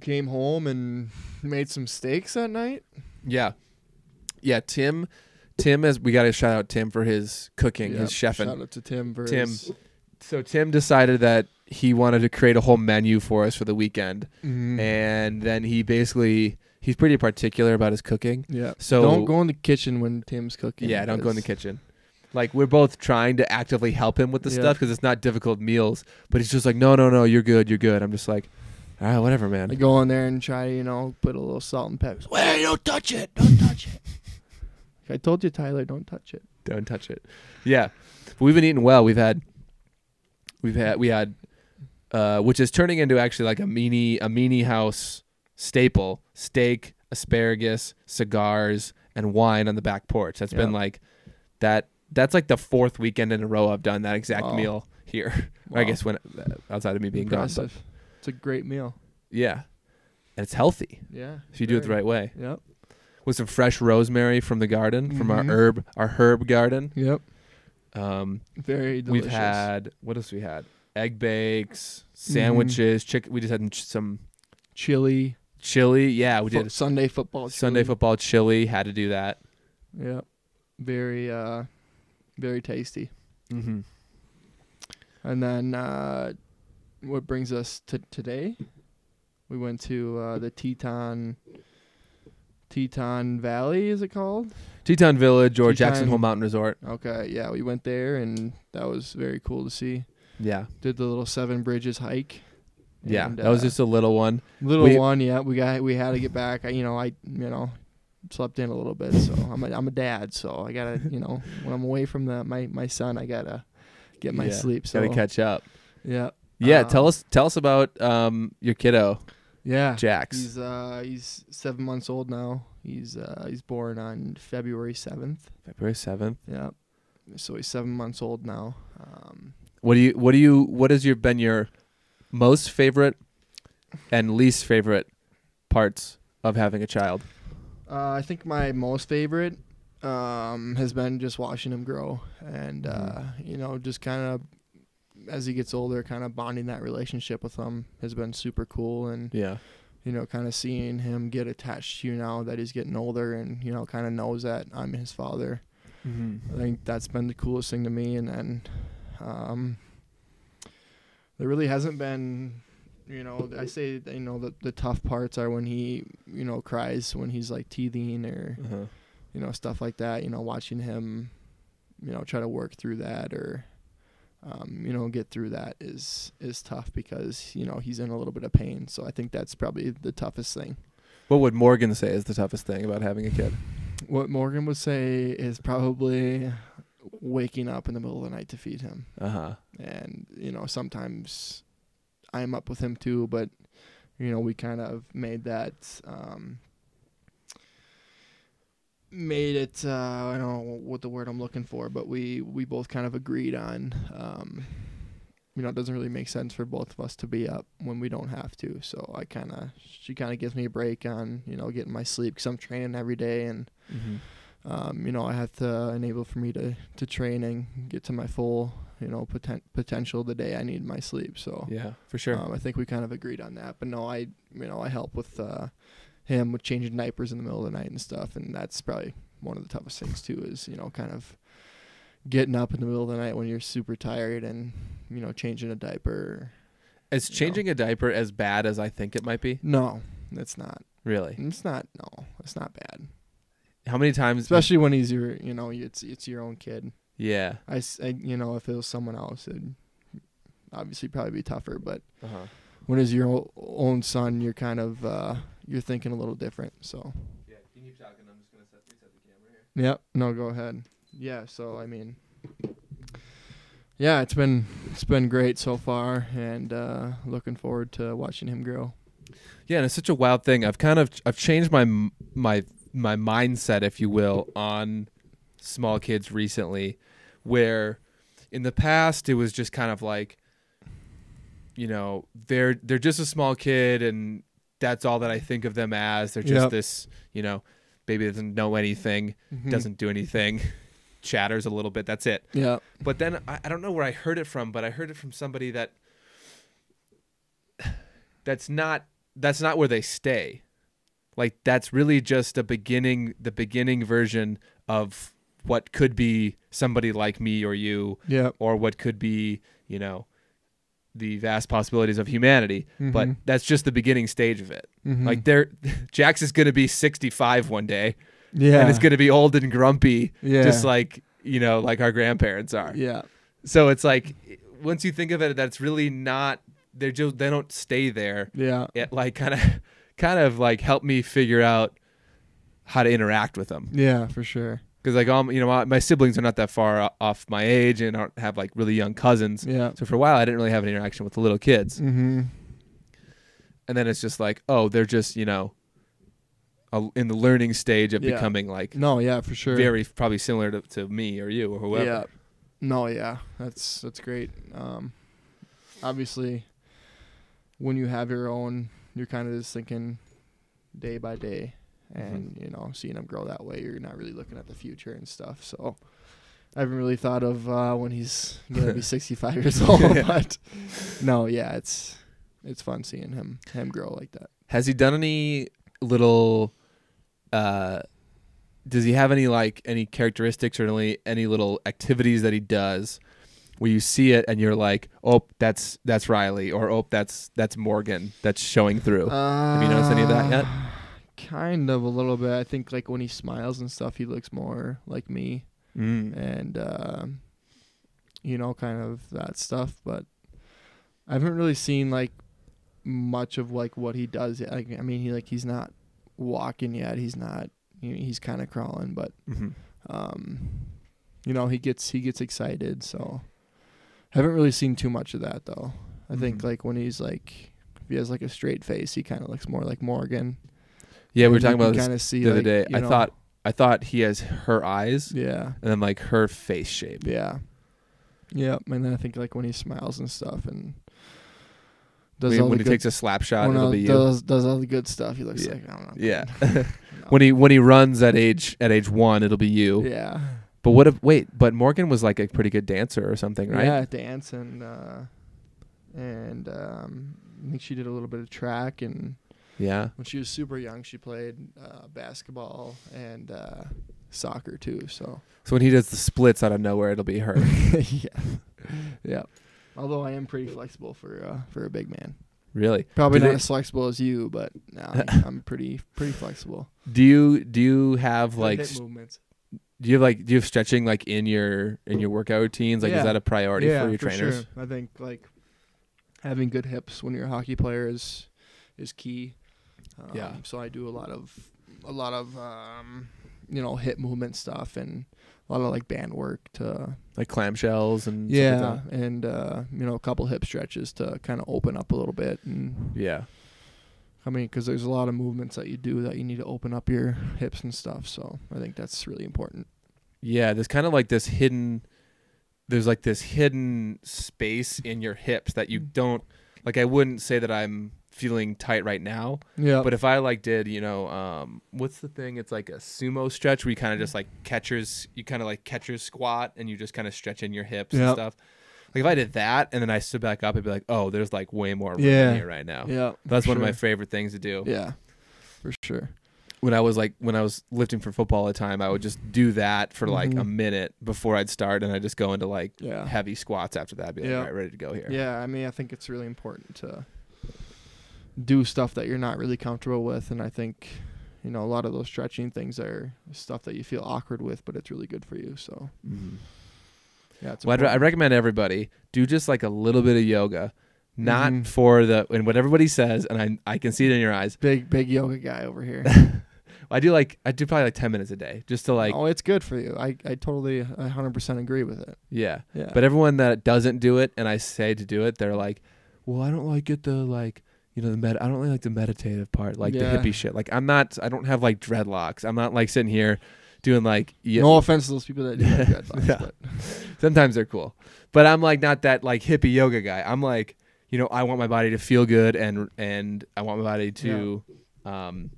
B: came home and made some steaks that night.
A: Yeah, yeah. Tim, Tim has. We got to shout out Tim for his cooking,
B: Yeah,
A: his chefing.
B: Shout out to Tim for
A: Tim.
B: his-
A: So Tim decided that he wanted to create a whole menu for us for the weekend,
B: Mhm.
A: Mm-hmm. and then he basically he's pretty particular about his cooking.
B: yeah.
A: So
B: don't go in the kitchen when Tim's cooking.
A: Yeah, don't go in the
B: because-
A: kitchen. Like we're both trying to actively help him with the
B: Yeah.
A: stuff because it's not difficult meals, but he's just like, no, no, no, you're good, you're good. I'm just like, all right, whatever, man.
B: I go in there and try, you know, put a little salt and pepper. Wait, don't touch it. Don't touch it. I told you, Tyler, don't touch it.
A: don't touch it. Yeah, but we've been eating well. We've had, we've had, we had, uh, which is turning into actually like a mini, a mini house staple: steak, asparagus, cigars, and wine on the back porch. That's been
B: Yeah.
A: like that. That's like the fourth weekend in a row I've done that exact
B: Wow.
A: meal here. (laughs) Or I
B: Wow.
A: guess when outside of me being gone, but
B: Impressive. It's a great meal.
A: yeah, and it's healthy
B: Yeah.
A: if you do it the
B: very-
A: right way
B: Yep.
A: with some fresh rosemary from the garden, from our
B: Mhm.
A: herb, our herb garden.
B: Yep.
A: Um,
B: Very delicious. Mm-hmm.
A: We've had what else? We had egg bakes, sandwiches, chick. We just had ch- some
B: chili.
A: chili. Yeah, Oh, we
B: fo-
A: did
B: Sunday football.
A: Sunday football chili. Had to do that.
B: football. Yep. Very, uh, very tasty.
A: Mm-hmm.
B: And then uh, what brings us to today? We went to uh, the Teton. Teton Valley is it called?
A: Teton Village or
B: Teton- Oh.
A: Jackson Hole Mountain Resort.
B: Okay, yeah, we went there and that was very cool to see.
A: Yeah,
B: Did the little Seven Bridges hike.
A: yeah.
B: And,
A: that was
B: uh,
A: just a little one.
B: little
A: we-
B: one. Yeah, we got we had to get back. I, you know, I you know slept in a little bit, so I'm a, I'm a dad, so I gotta you know when I'm away from the my my son, I gotta get my
A: Yeah,
B: sleep. So
A: Gotta catch up.
B: yeah,
A: Yeah,
B: Um,
A: tell us tell us about um your kiddo.
B: Yeah.
A: Jax.
B: Ah, He's uh he's seven months old now. He's uh he's born on February seventh.
A: February seventh.
B: Yeah. So he's seven months old now. Um
A: What do you? What do you? What has your been your most favorite and least favorite parts of having a child?
B: uh, I think my most favorite um has been just watching him grow and uh you know just kind of as he gets older kind of bonding that relationship with him has been super cool and
A: Yeah.
B: you know, kind of seeing him get attached to you now that he's getting older and, you know, kind of knows that I'm his father. I think that's been the coolest thing to me. And then um, there really hasn't been, you know, I say, you know, the, the tough parts are when he, you know, cries when he's like teething or,
A: Uh-huh.
B: you know, stuff like that, you know, watching him, you know, try to work through that or, um, you know, get through that is is tough because you know he's in a little bit of pain. So I think that's probably the toughest thing.
A: What would Morgan say is the toughest thing about having a kid?
B: What Morgan would say is probably waking up in the middle of the night to feed him.
A: Uh huh.
B: And, you know, sometimes I'm up with him too, but, you know, we kind of made that, um, made it, uh, I don't know what the word I'm looking for, but we, we both kind of agreed on, um, you know, it doesn't really make sense for both of us to be up when we don't have to. So I kind of, she kind of gives me a break on, you know, getting my sleep because I'm training every day and, um, you know, I have to enable for me to, to train and get to my full, you know, poten- potential the day I need my sleep. So
A: Yeah, for sure.
B: um, I think we kind of agreed on that. But no, I, you know, I help with uh, him with changing diapers in the middle of the night and stuff. And that's probably one of the toughest things too is, you know, kind of getting up in the middle of the night when you're super tired and, you know, changing a diaper.
A: is
B: no.
A: changing a diaper as bad as I think it might be?
B: No, it's not.
A: Really?
B: It's not. No, it's not
A: Mm-hmm.
B: bad.
A: How many times?
B: Especially when he's your, you know, it's it's your own kid.
A: Yeah.
B: I, s- I- you know, if it was someone else, it'd obviously probably be tougher. But
A: Uh huh.
B: when it's your o- own son, you're kind of uh, you're thinking a little different. So
A: Yeah. You keep talking. I'm just gonna set, set the camera here.
B: yep, no, go ahead. Yeah, so I mean, yeah, it's been it's been great so far, and uh, looking forward to watching him grow.
A: Yeah, and it's such a wild thing. I've kind of I've changed my m- my my mindset, if you will, on small kids recently, where in the past it was just kind of like, you know, they're they're just a small kid, and that's all that I think of them as. They're just
B: Yep.
A: this, you know, baby that doesn't know anything,
B: Hmm.
A: doesn't do anything, (laughs) chatters a little bit. That's it.
B: Yeah,
A: But then I, I don't know where I heard it from, but I heard it from somebody that (sighs) that's not that's not where they stay. Like that's really just a beginning the beginning version of what could be somebody like me or you
B: yeah,
A: or what could be, you know, the vast possibilities of humanity. But
B: Mhm.
A: that's just the beginning stage of it.
B: Mhm.
A: Like there (laughs) Jax is gonna be sixty five one day
B: yeah,
A: and it's gonna be old and grumpy,
B: yeah,
A: just like you know, like our grandparents are.
B: yeah,
A: So it's like once you think of it, that's really not. They're just they don't stay there.
B: yeah,
A: It like (laughs) kind of, kind of like help me figure out how to interact with them
B: yeah, for sure.
A: because like all my- you know my, my siblings are not that far o- off my age and aren't have like really young cousins.
B: Yeah.
A: So for a while I didn't really have an interaction with the little kids,
B: Mm-hmm.
A: and then it's just like oh they're just you know, a, in the learning stage of
B: Yeah.
A: becoming like
B: No, yeah, for sure.
A: very probably similar to, to me or you or whoever.
B: Yeah. No, yeah. That's that's great. Um obviously when you have your own, you're kind of just thinking day by day
A: Mm-hmm.
B: and you know, seeing them grow that way, you're not really looking at the future and stuff. So I haven't really thought of uh, when he's gonna
A: (laughs)
B: be 65 years old,
A: Yeah.
B: but no, yeah, it's it's fun seeing him him grow like that.
A: Has he done any little? uh Does he have any like any characteristics or any any little activities that he does where you see it and you're like, oh, that's that's Riley, or oh, that's that's Morgan, that's showing (laughs) through.
B: Have
A: you noticed any of that yet?
B: Uh, Kind of a little bit. I think like when he smiles and stuff, he looks more like me.
A: Mm.
B: and um, you know, kind of that stuff. But I haven't really seen like much of like what he does yet. Like, I mean, he like he's not walking yet. He's not. You know, he's kind of crawling, but
A: Mhm.
B: um, you know, he gets he gets excited. So haven't really seen too much of that though. I think
A: Mhm.
B: like when he's like. If he has like a straight face, he kind of looks more like Morgan.
A: Yeah, we were talking about this
B: kind of see
A: the other
B: like,
A: day.
B: you
A: I
B: know,
A: thought I thought he has her eyes
B: Yeah.
A: and then like her face shape.
B: Yeah. Yeah, and then I think like when he smiles and stuff and does
A: When,
B: all
A: when
B: the
A: he
B: good,
A: takes a slap shot,
B: when
A: it'll
B: all-
A: be you.
B: does, does all the good stuff, he looks
A: Yeah.
B: like I don't know.
A: Yeah.
B: (laughs)
A: (laughs)
B: No.
A: when he when he runs at age at age one, it'll be you.
B: yeah.
A: But what if wait? But Morgan was like a pretty good dancer or something, right?
B: Yeah, dance and uh and um I think she did a little bit of track and
A: Yeah.
B: when she was super young she played uh basketball and uh soccer too, so
A: So when he does the splits out of nowhere, it'll be her.
B: (laughs) yeah. Yeah. Although I am pretty flexible for uh for a big man.
A: really?
B: Probably
A: Do
B: not
A: they-
B: as flexible as you, but no, I'm, I'm pretty pretty flexible.
A: Do you do you have like s-
B: movements.
A: do you have like do you have stretching like in your in your workout routines? Like
B: Yeah.
A: is that a priority for your trainers?
B: I think like having good hips when you're a hockey player is is key. Um,
A: Yeah.
B: So I do a lot of a lot of um, you know hip movement stuff and a lot of like band work to
A: Like clamshells and stuff like
B: yeah
A: that?
B: and uh, you know a couple hip stretches to kind of open up a little bit and
A: yeah.
B: I mean because there's a lot of movements that you do that you need to open up your hips and stuff. So I think that's really important.
A: Yeah, there's kind of like this hidden there's like this hidden space in your hips that you
B: Mm.
A: don't like I wouldn't say that I'm feeling tight right now,
B: Yeah.
A: but if I like did, you know, um what's the thing? It's like a sumo stretch where you kind of just like catchers you kind of like catchers squat and you just kind of stretch in your hips and
B: Yep.
A: stuff. Like if I did that and then I stood back up, I'd be like, "Oh, there's like way more room
B: Yeah.
A: here right now."
B: yeah.
A: uh, That's
B: for
A: one of my
B: sure.
A: favorite things to do.
B: Yeah, for sure.
A: When I was like when I was lifting for football all the time, I would just do that for like a
B: Mhm.
A: minute before I'd start and I just go into like
B: Yeah.
A: heavy squats after that. I'd be like,
B: Yeah.
A: all right, ready to go Oh, here.
B: Yeah, I mean, I think it's really important to do stuff that you're not really comfortable with, and I think you know a lot of those stretching things are stuff that you feel awkward with, but it's really good for you. So
A: Mhm.
B: yeah, it's
A: Well, I'd re- I
B: important.
A: recommend everybody do just like a little bit of yoga, not
B: Mhm.
A: for the and what everybody says, and I I can see it in your
B: (laughs)
A: eyes.
B: big big yoga guy over here.
A: I do like I do probably like ten minutes a day just to (laughs) like
B: oh, it's good for you. I I totally 100 percent agree with it.
A: yeah.
B: Yeah,
A: But everyone that doesn't do it, and I say to do it, they're like, "Well, I don't like it. The like, you know, the med. I don't really like the meditative part, like
B: Yeah.
A: the hippie shit. Like, I'm not. I don't have like dreadlocks. I'm not like sitting here doing like. Yeah,
B: no offense to those people that do have
A: (laughs)
B: dreadlocks,
A: Yeah.
B: but
A: sometimes they're cool, but I'm like not that like hippie yoga guy. I'm like, you know, I want my body to feel good, and and I want my body to, um,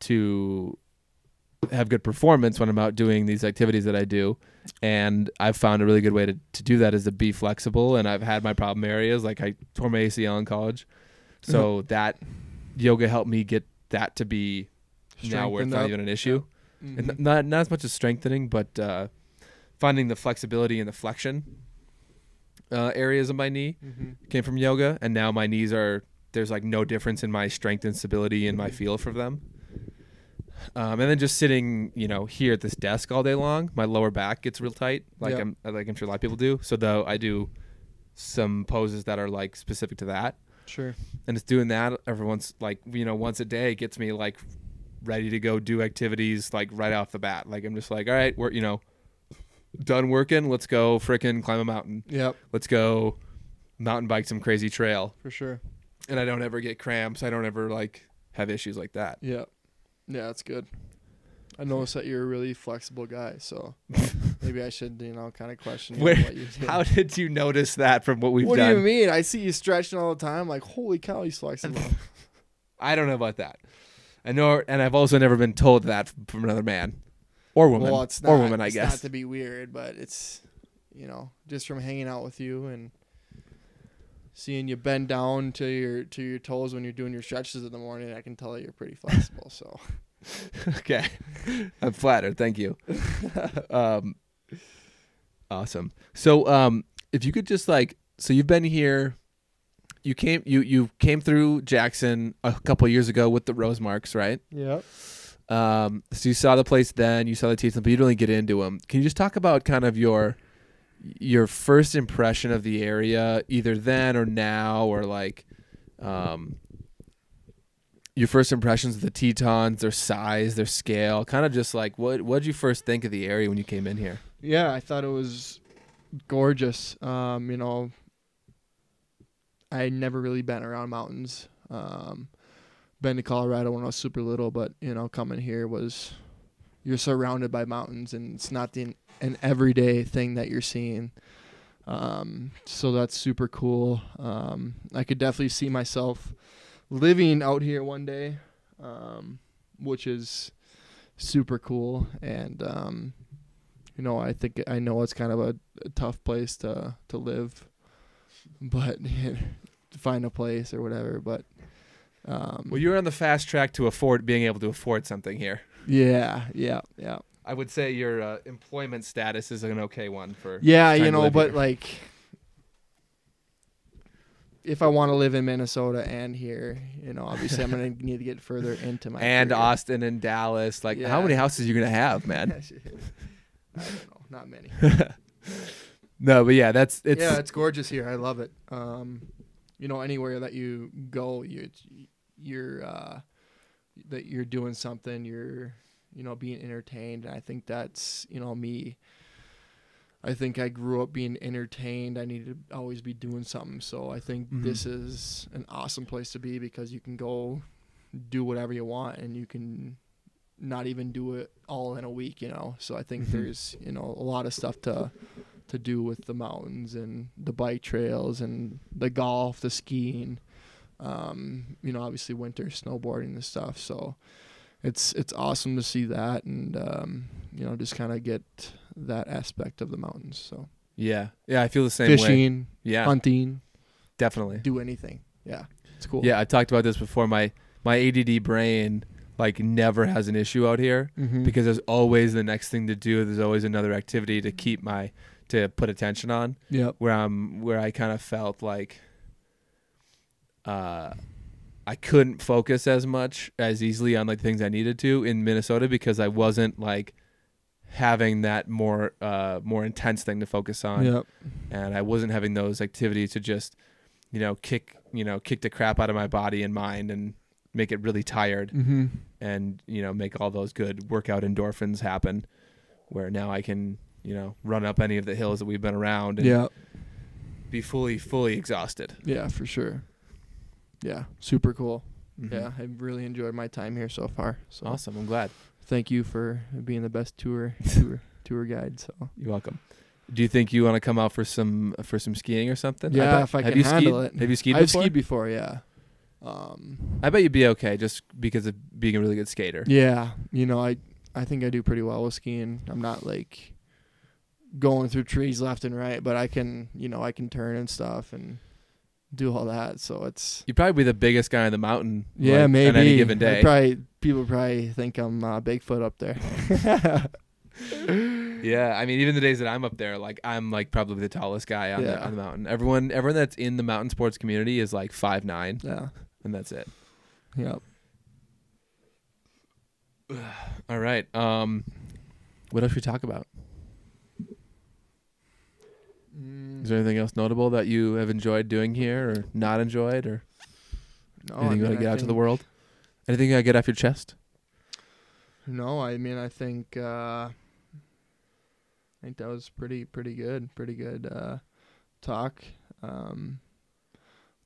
A: to have good performance when I'm out doing these activities that I do. And I've found a really good way to, to do that is to be flexible. And I've had my problem areas. Like I tore my ACL in college. So
B: Uh-huh.
A: that yoga helped me get that to be now where it's
B: strengthened
A: not
B: up.
A: even an issue. And
B: Mhm.
A: n- not, not as much as strengthening, but uh, finding the flexibility and the flexion uh, areas of my knee
B: Mhm.
A: came from yoga. And now my knees are, there's like no difference in my strength and stability and my feel for them. Um, and then just sitting, you know, here at this desk all day long, my lower back gets real tight, like
B: Yeah.
A: I'm like I'm sure a lot of people do. So though I do some poses that are like specific to that,
B: Sure.
A: and it's doing that every once, like you know, once a day gets me like ready to go do activities like right off the bat. Like I'm just like, all right, we're you know, done working, let's go frickin' climb a mountain,
B: Yep,
A: let's go mountain bike some crazy trail,
B: for sure.
A: and I don't ever get cramps, I don't ever like have issues like that.
B: Yeah. Yeah, that's good. I noticed that you're a really flexible guy,
A: (laughs)
B: so maybe I should, you know, kind of question you
A: Where-
B: on what you did.
A: How did you notice that from what we've
B: what
A: done?
B: do you mean? I see you stretching all the time. Like, holy cow, he's flexible.
A: I don't know about that. I know, and I've also never been told that from another man or (laughs) woman,
B: well, it's not.
A: or woman, I
B: it's
A: guess.
B: not to be weird, but it's, you know, just from hanging out with you and seeing you bend down to your to your toes when you're doing your stretches in the morning, I can tell that you're pretty flexible. So
A: okay, (laughs) I'm flattered. Thank you. um, awesome. So, um, if you could just like, so you've been here, you came, you you came through Jackson a couple years ago with the Rosemarks, right?
B: yeah.
A: Um, so you saw the place then, you saw the teeth, but you didn't really get into them. Can you just talk about kind of your your first impression of the area, either then or now, or like um, your first impressions of the Tetons, their size, their scale, kind of just like what what did you first think of the area when you came in here?
B: Yeah, I thought it was gorgeous. Um, you know, I had never really been around mountains. Um, been to Colorado when I was super little, but you know, coming here was you're surrounded by mountains, and it's not the an everyday thing that you're seeing. Um, so that's super cool. Um, I could definitely see myself living out here one day, um, which is super cool. And um, you know, I think I know it's kind of a, a tough place to to live, but (laughs) to find a place or whatever. But um,
A: Well, you're on the fast track to afford being able to afford something here.
B: yeah, yeah, yeah.
A: I would say your uh, employment status is an okay one for.
B: Yeah,
A: trying
B: you
A: to
B: know,
A: live
B: but
A: here.
B: like if I want to live in Minnesota and here, you know, obviously
A: (laughs)
B: I'm gonna need to get further into my
A: and
B: career. (laughs)
A: Austin and Dallas, like how
B: Yeah.
A: many houses are you gonna have, man?
B: I don't know, not many.
A: no, but yeah, that's it's.
B: yeah, it's gorgeous here. I love it. Um, you know, anywhere that you go, you you're uh, that you're doing something. You're you know being entertained. And I think that's you know me. I think I grew up being entertained. I need to always be doing something. So I think
A: Mhm.
B: this is an awesome place to be because you can go do whatever you want and you can not even do it all in a week, you know. So I think
A: Mhm.
B: there's, you know, a lot of stuff to to do with the mountains and the bike trails and the golf, the skiing, um, you know, obviously winter snowboarding and stuff. So it's it's awesome to see that and um, you know, just kind of get that aspect of the mountains. So
A: yeah, yeah, I feel the same way.
B: fishing,
A: Yeah,
B: hunting,
A: definitely.
B: do anything. Yeah. It's cool.
A: Yeah, I talked about this before. My my ADD brain like never has an issue out here
B: Mhm.
A: because there's always the next thing to do. There's always another activity to keep my to put attention on.
B: Yep.
A: Where I'm where I kind of felt like uh I couldn't focus as much as easily on like things I needed to in Minnesota because I wasn't like having that more uh more intense thing to focus on
B: Yep.
A: and I wasn't having those activities to just, you know, kick you know kick the crap out of my body and mind and make it really tired
B: Mhm.
A: and you know make all those good workout endorphins happen. Where now I can you know run up any of the hills that we've been around and
B: Yeah.
A: be fully fully exhausted.
B: Yeah, for sure. Yeah, super cool.
A: Mhm.
B: Yeah, I really enjoyed my time here so far. So
A: awesome. I'm glad.
B: thank you for being the
A: (laughs)
B: best tour tour tour guide. So
A: You're welcome. Do you think you want to come out for some for some skiing or something?
B: Yeah,
A: bet-
B: if I
A: have
B: can
A: you
B: handle
A: skied?
B: it.
A: Have you skied
B: I've
A: before?
B: skied before, yeah. Um,
A: I bet you'd be okay just because of being a really good skater.
B: yeah, you know, I I think I do pretty well with skiing. I'm not like going through trees left and right, but I can, you know, I can turn and stuff and do all that. So it's
A: You'd probably be the biggest guy on the mountain.
B: yeah,
A: like,
B: maybe
A: on any given
B: I
A: day.
B: Probably people probably think I'm uh, Bigfoot
A: (laughs)
B: up there.
A: Yeah, I mean, even the days that I'm up there, like I'm like probably the tallest guy on,
B: Yeah.
A: the, on the mountain. Everyone, everyone that's in the mountain sports community is like five nine,
B: yeah.
A: and that's it.
B: Yep.
A: All right. Um, what else should we talk about? Is there anything else notable that you have enjoyed doing here, or not enjoyed, or anything you
B: No, I
A: want
B: mean,
A: to get
B: I
A: out to the
B: think-
A: world? Anything you got to get off your chest?
B: No, I mean I think uh, I think that was pretty pretty good, pretty good uh, talk. Um,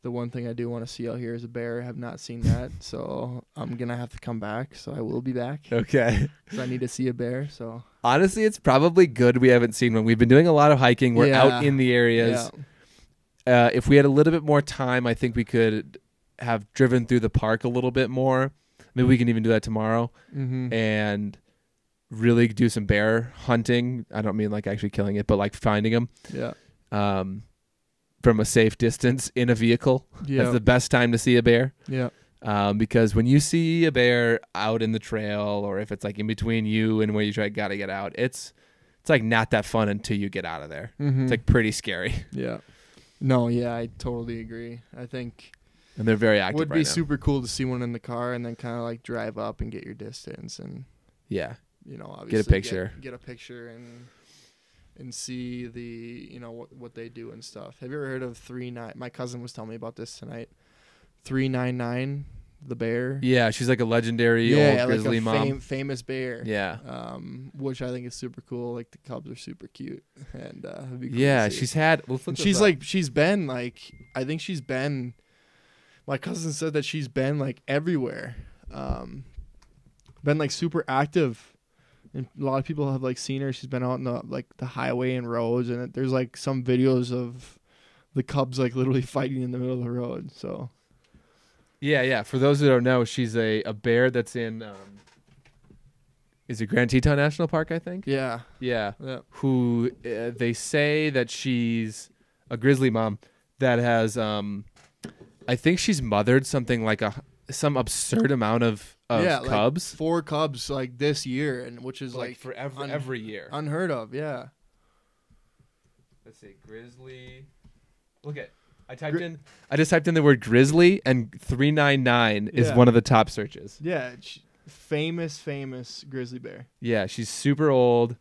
B: the one thing I do want to see out here is a bear. I have not seen
A: (laughs)
B: that, so I'm gonna have to come back. So I will be back.
A: Okay. (laughs)
B: 'cause I need to see a bear. So
A: Honestly, it's probably good we haven't seen one. We've been doing a lot of hiking. We're out
B: Yeah.
A: in the areas.
B: yeah,
A: uh, if we had a little bit more time, I think we could have driven through the park a little bit more. Maybe we can even do that tomorrow
B: mm-hmm.
A: and really do some bear hunting. I don't mean like actually killing it, but like finding them
B: yeah,
A: um, from a safe distance in a vehicle.
B: yeah,
A: That's the best time to see a bear.
B: yeah,
A: Um, because when you see a bear out in the trail, or if it's like in between you and where you try gotta get out, it's it's like not that fun until you get out of there.
B: mm-hmm.
A: It's like pretty scary, (laughs)
B: yeah. No, yeah, I totally agree. I think
A: and they're very active.
B: would be
A: right now.
B: super cool to see one in the car and then kind of like drive up and get your distance and
A: Yeah,
B: you know obviously
A: Get a picture.
B: get, a picture and and see the you know what what they do and stuff have you ever heard of three nine my cousin was telling me about this tonight 399 the bear
A: Yeah, she's like a legendary old
B: like
A: grizzly
B: a
A: mom.
B: fam- famous bear
A: yeah.
B: um which i think is super cool like the cubs are super cute and uh it'd be cool to
A: Yeah,
B: see.
A: she's had. Let's look
B: And
A: this
B: she's
A: up.
B: like she's been like I think she's been. My cousin said that she's been like everywhere, um, been like super active, and a lot of people have like seen her. She's been out on the like the highway and roads, and there's like some videos of the Cubs like literally (laughs) fighting in the middle of the road. So
A: Yeah, yeah. For those who don't know, she's a, a bear that's in um, is it Grand Teton National Park? I think.
B: yeah,
A: Yeah.
B: yeah,
A: Who uh, they say that she's a grizzly mom that has um, I think she's mothered something like a some absurd amount of, of
B: Yeah, like
A: cubs
B: four Cubs like this year, and which is
A: like,
B: like,
A: for every
B: un-
A: every year.
B: unheard of. Yeah,
A: Let's see, grizzly. Look at. I typed
B: Gri-
A: in. I just typed in the word grizzly, and three nine nine is
B: Yeah.
A: one of the top searches.
B: yeah, she, famous, famous grizzly bear.
A: Yeah, she's super old.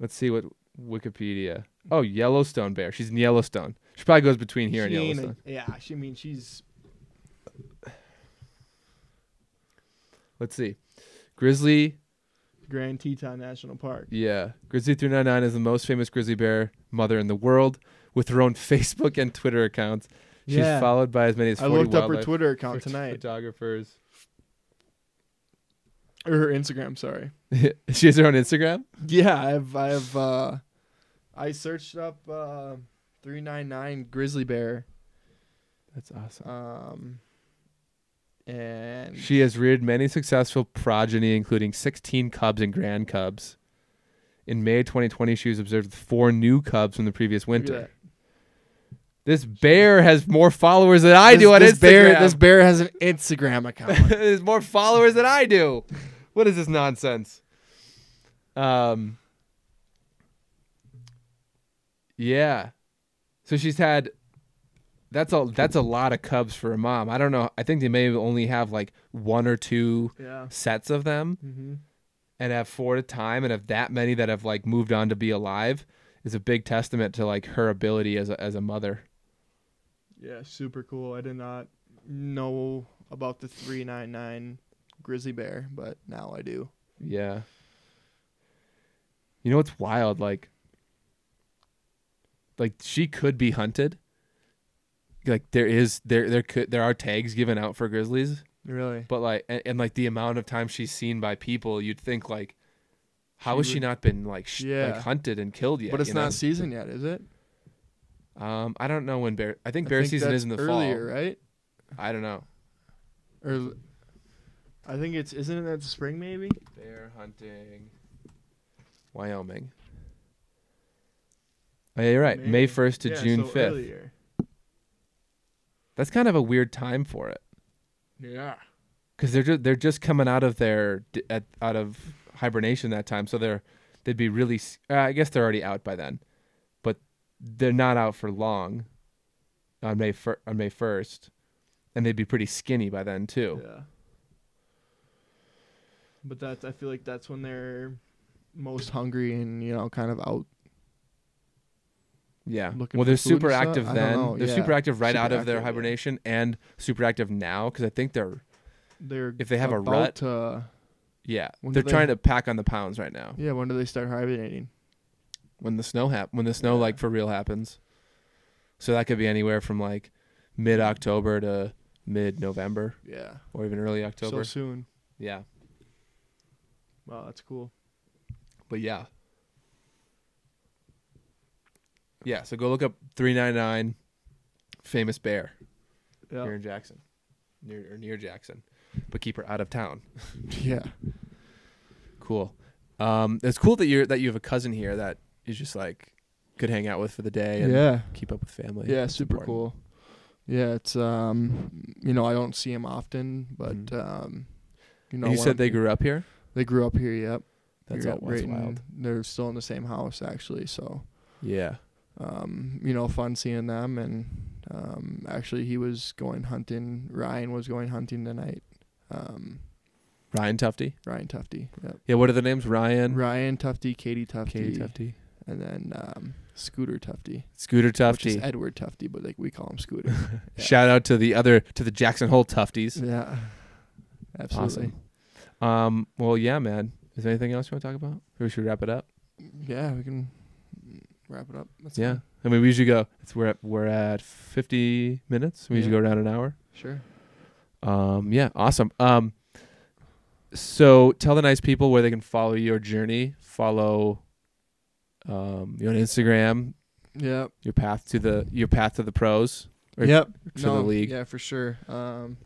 A: Let's see what Wikipedia. Oh, Yellowstone bear. She's in Yellowstone. She probably goes between here and
B: She ain't a-
A: Yellowstone.
B: yeah, she I mean she's
A: Let's see. Grizzly,
B: Grand Teton National Park.
A: yeah. Grizzly 399 is the most famous grizzly bear mother in the world with her own (laughs) Facebook and Twitter accounts. She's
B: Yeah.
A: followed by as many as
B: I
A: 40
B: looked up her
A: wildlife
B: Twitter account tonight
A: Photographers. (laughs)
B: or her Instagram. Sorry.
A: she has her own Instagram?
B: Yeah, I've I've uh, I searched up uh, three nine nine grizzly bear.
A: That's awesome.
B: Um, and
A: She has reared many successful progeny, including 16 cubs and grand cubs. In May 2020, she was observed with four new cubs from the previous
B: Look at
A: winter.
B: that.
A: This bear has more followers than I do
B: This-
A: on
B: this
A: Instagram.
B: bear. This bear has an
A: (laughs)
B: Instagram account.
A: There's more followers than I do. What is this nonsense? Um. Yeah, so she's had. That's a that's a lot of cubs for a mom. I don't know. I think they may only have like one or two
B: yeah.
A: sets of them,
B: Mm-hmm.
A: and have four at a time, and have that many that have like moved on to be alive is a big testament to like her ability as a, as a mother.
B: Yeah, super cool. I did not know about the three nine nine grizzly bear, but now I do.
A: Yeah. You know what's wild? Like, like she could be hunted. Like there is there there could there are tags given out for grizzlies,
B: Really?
A: but like and, and like the amount of time she's seen by people, you'd think like, how
B: She
A: has she
B: would-
A: not been like sh-
B: Yeah.
A: like hunted and killed yet?
B: but it's
A: you know?
B: not season yet, is it?
A: Um, I don't know when bear. I think
B: I
A: bear
B: think
A: season
B: that's
A: is in the
B: earlier, right?
A: fall. I don't know.
B: Or I think it's isn't it that spring maybe?
A: Bear hunting. Wyoming. Oh, yeah, you're right. May
B: Maybe.
A: first to
B: Yeah,
A: June
B: so
A: fifth.
B: earlier.
A: That's kind of a weird time for it
B: Yeah.
A: because they're just, they're just coming out of their d- at, out of hibernation that time, so they're they'd be really. s- Uh, I guess they're already out by then, but they're not out for long. On May fir- on May first, and they'd be pretty skinny by then too.
B: Yeah. But that's I feel like that's when they're most hungry and you know kind of out.
A: Yeah.
B: Looking
A: well,
B: for
A: they're
B: food and
A: super
B: stuff?
A: active
B: I don't
A: then.
B: know,
A: They're
B: yeah.
A: super active right
B: Super
A: out of their
B: active, yeah.
A: hibernation and super active now because I think they're
B: They're
A: If they have a
B: about
A: rut-
B: to,
A: yeah
B: When do
A: they're
B: they-
A: trying to pack on the pounds right now
B: yeah. When do they start hibernating?
A: when the snow hap- when the snow
B: Yeah.
A: like for real happens. So that could be anywhere from like mid October to mid November
B: Yeah.
A: or even early October.
B: So
A: (laughs)
B: soon.
A: yeah,
B: Wow, that's cool.
A: but yeah, yeah. So go look up three nine nine, famous bear here
B: Yeah.
A: in Jackson, near or near Jackson, but keep her out of town.
B: Yeah.
A: Cool. Um, it's cool that you're that you have a cousin here that is just like could hang out with for the day and
B: Yeah.
A: keep up with family.
B: Yeah, super
A: important.
B: cool. Yeah, it's um, you know, I don't see him often, but
A: Mhm.
B: um, you
A: And
B: know,
A: you
B: when
A: said
B: I'm-
A: they grew up here.
B: they grew up here. Yep,
A: That's
B: Grew
A: all.
B: up
A: That's
B: right in-
A: wild.
B: They're still in the same house actually, so
A: Yeah.
B: um, you know, fun seeing them. And um, actually, he was going hunting. Ryan was going hunting tonight. Um,
A: Ryan Tufty.
B: Ryan Tufty. Yep.
A: Yeah, what are the names? Ryan,
B: Ryan Tufty, Katie Tufty,
A: Katie Tufty,
B: and then um, Scooter Tufty,
A: Scooter
B: which is
A: Tufty.
B: Edward Tufty, but like we call him Scooter.
A: (laughs)
B: (laughs) yeah.
A: Shout out to the other to the Jackson Hole Tufties.
B: yeah, absolutely.
A: Awesome. Um, well, yeah, man. Is there anything else you want to talk about? Or should we wrap it up?
B: Yeah, we can wrap it up. That's
A: Yeah.
B: fine.
A: I mean, we usually go. It's we're at we're at 50 minutes. We usually
B: Yeah.
A: go around an hour.
B: Sure.
A: Um, yeah, awesome. Um, so tell the nice people where they can follow your journey, follow um, you on Instagram,
B: Yep.
A: your path to the your path to the pros. Or
B: yep.
A: to the league.
B: Yeah, for sure. Um,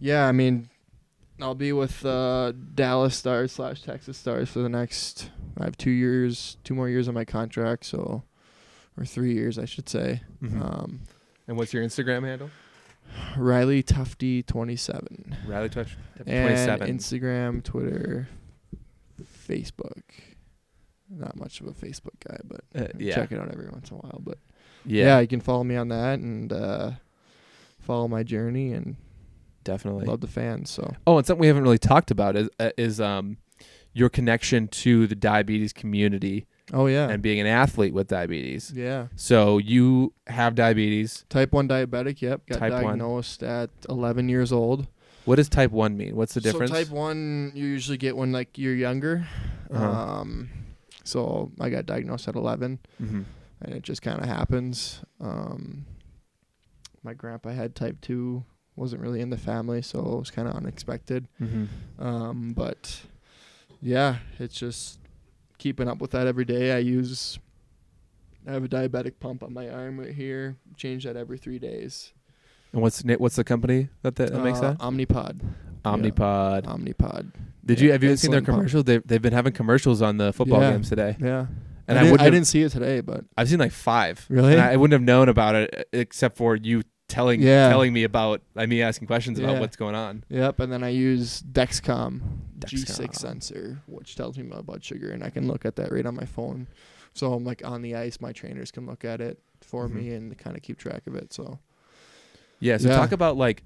B: yeah, I mean, I'll be with uh, Dallas Stars slash Texas Stars for the next. I have two years, two more years on my contract, so or three years, I should say.
A: Mm-hmm.
B: Um,
A: and what's your Instagram handle?
B: Riley Tufty twenty seven
A: Riley Touch twenty
B: and
A: seven.
B: Instagram, Twitter, Facebook. Not much of a Facebook guy, but
A: Uh, yeah.
B: check it out every once in a while. But yeah.
A: yeah,
B: you can follow me on that and uh, follow my journey and
A: definitely.
B: love the fans. So
A: Oh, and something we haven't really talked about is uh, is um your connection to the diabetes community
B: oh yeah,
A: and being an athlete with diabetes.
B: yeah,
A: So you have diabetes.
B: type one diabetic. Yep, got
A: Type one.
B: diagnosed at 11 years old.
A: What does type one mean? What's the difference?
B: So type one, you usually get when like you're younger.
A: Uh-huh.
B: Um, so I got diagnosed at 11,
A: mm-hmm.
B: and it just kind of happens. Um, my grandpa had type two, wasn't really in the family, so it was kind of unexpected.
A: Mm-hmm.
B: Um, but yeah, it's just keeping up with that every day. I use I have a diabetic pump on my arm right here. Change that every three days.
A: And what's na- what's the company that that, that makes
B: Uh,
A: that?
B: Omnipod.
A: Omnipod.
B: Omnipod.
A: Did you
B: yeah,
A: have you seen their
B: insulin pump.
A: commercials? They they've been having commercials on the football
B: Yeah.
A: games today,
B: Yeah.
A: and
B: I,
A: I,
B: didn't,
A: wouldn't.
B: I
A: have,
B: didn't see it today, but
A: I've seen like five.
B: Really?
A: And I I wouldn't have known about it uh, except for you telling
B: Yeah.
A: telling me about I mean asking questions about
B: Yeah.
A: what's going on.
B: yep. And then I use Dexcom,
A: Dexcom.
B: G6 sensor, which tells me my blood sugar, and I can look at that right on my phone. So I'm like on the ice. My trainers can look at it for
A: Mhm.
B: me and kind of keep track of it. So
A: Yeah. So
B: Yeah.
A: talk about like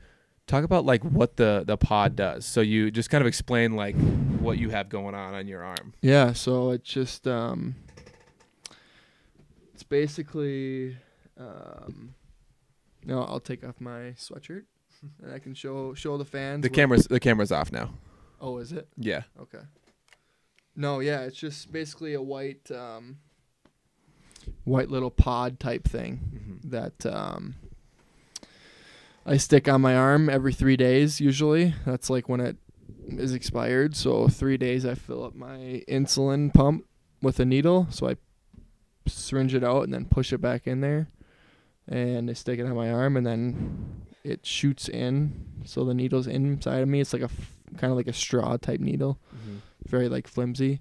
A: talk about like what the the pod does. So you just kind of explain like what you have going on on your arm.
B: Yeah, so it's just um it's basically um no, I'll take off my sweatshirt and I can show show the fans
A: The
B: what-
A: cameras the cameras off now.
B: Oh, is it?
A: Yeah.
B: Okay. No, yeah, it's just basically a white um white little pod type thing
A: Mm-hmm.
B: that um I stick on my arm every 3 days usually. That's like when it is expired. So three days I fill up my insulin pump with a needle. So I syringe it out and then push it back in there. And I stick it on my arm and then it shoots in. So the needle's inside of me. It's like a f- kind of like a straw type needle,
A: Mm-hmm.
B: very like flimsy.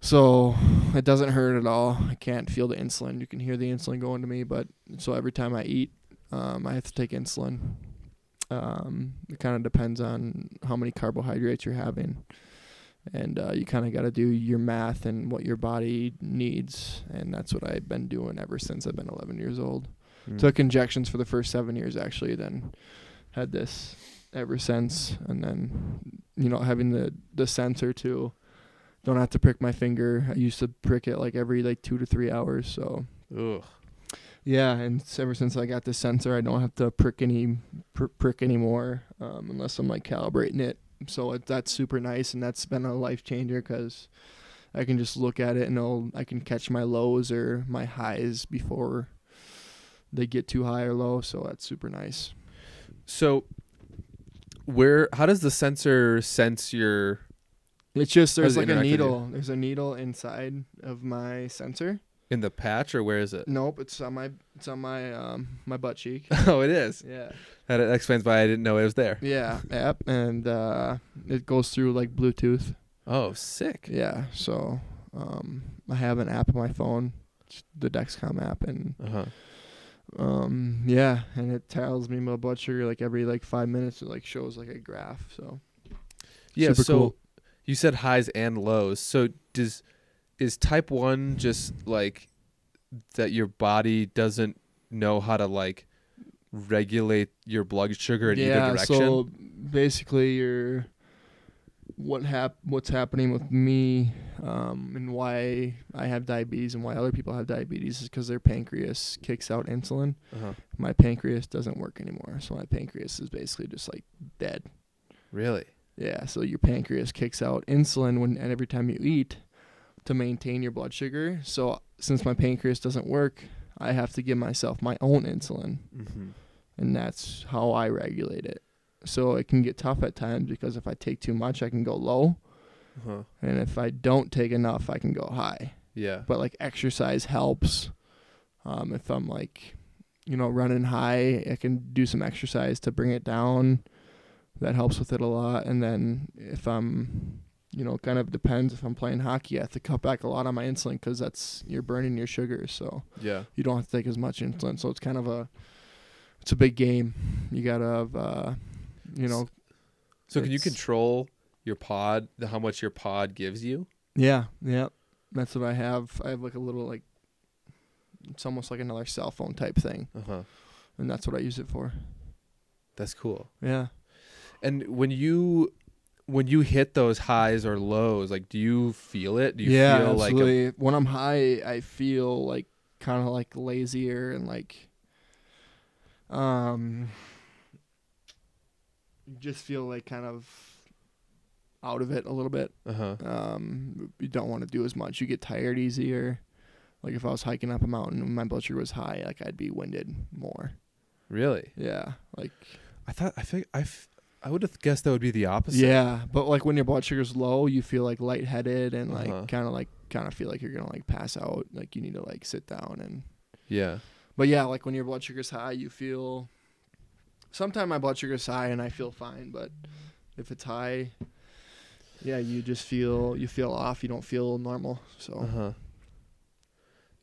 B: So it doesn't hurt at all. I can't feel the insulin. You can hear the insulin going to me, but so every time I eat, um, I have to take insulin. Um, it kind of depends on how many carbohydrates you're having, and uh, you kind of got to do your math and what your body needs, and that's what I've been doing ever since I've been 11 years old.
A: Mm-hmm. Hmm.
B: Took injections for the first seven years actually, then had this ever since, and then you know having the the sensor too. Don't have to prick my finger. I used to prick it like every like two to three hours, so.
A: Ugh.
B: Yeah, and s- ever since I got this sensor, I don't have to prick any pr- prick anymore, um, unless I'm like calibrating it. So it, that's super nice, and that's been a life changer because I can just look at it and I'll, I can catch my lows or my highs before they get too high or low. So that's super nice.
A: So where how does the sensor sense your
B: It's just
A: How does
B: there's
A: it
B: like a
A: interact with you?
B: needle. There's a needle inside of my sensor.
A: in the patch or where is it?
B: Nope, it's on my it's on my um my butt cheek.
A: (laughs) oh, it is.
B: Yeah.
A: That explains why I didn't know it was there.
B: Yeah, app, and uh, it goes through like Bluetooth.
A: Oh, sick.
B: Yeah, so um, I have an app on my phone, it's the Dexcom app, and
A: Uh-huh.
B: um, yeah, and it tells me my blood sugar like every like five minutes. It like shows like a graph. So
A: Yeah,
B: Super
A: so
B: cool.
A: you said highs and lows. So does is type 1 just like that your body doesn't know how to like regulate your blood sugar in either
B: yeah,
A: direction?
B: so basically, you're what hap- what's happening with me um, and why I have diabetes and why other people have diabetes is because their pancreas kicks out insulin.
A: uh-huh.
B: my pancreas doesn't work anymore. So my pancreas is basically just like dead.
A: Really?
B: Yeah, so your pancreas kicks out insulin when and every time you eat to maintain your blood sugar. So since my pancreas doesn't work, I have to give myself my own insulin,
A: Mm-hmm.
B: and that's how I regulate it. So it can get tough at times because if I take too much, I can go low,
A: Uh-huh.
B: and if I don't take enough, I can go high.
A: Yeah.
B: But like exercise helps. Um, if I'm like, you know, running high, I can do some exercise to bring it down. That helps with it a lot. And then if I'm, you know, kind of depends if I'm playing hockey, I have to cut back a lot on my insulin because that's you're burning your sugars, so
A: Yeah.
B: you don't have to take as much insulin. So it's kind of a, it's a big game. You gotta, have, uh, you know,
A: So can you
B: It's-
A: control your pod, the, how much your pod gives you?
B: Yeah, yeah. That's what I have. I have like a little like it's almost like another cell phone type thing,
A: Uh huh.
B: and that's what I use it for.
A: That's cool.
B: Yeah.
A: And when you when you hit those highs or lows, like do you feel it? Do you
B: yeah,
A: feel like
B: absolutely. when I'm high, I feel like kind of like lazier and like um you just feel like kind of out of it a little bit.
A: a, uh-huh.
B: Um you don't want to do as much. You get tired easier. Like if I was hiking up a mountain and my blood sugar was high, like I'd be winded more.
A: Really?
B: Yeah, like
A: I thought I think I f- I would have guessed that would be the opposite.
B: yeah, but like when your blood sugar's low, you feel like lightheaded and like
A: Uh-huh.
B: kind of like kind of feel like you're gonna like pass out. Like you need to like sit down and.
A: Yeah.
B: But yeah, like when your blood sugar's high, you feel. Sometimes my blood sugar's high and I feel fine, but if it's high, yeah, you just feel you feel off. You don't feel normal. So
A: Uh huh.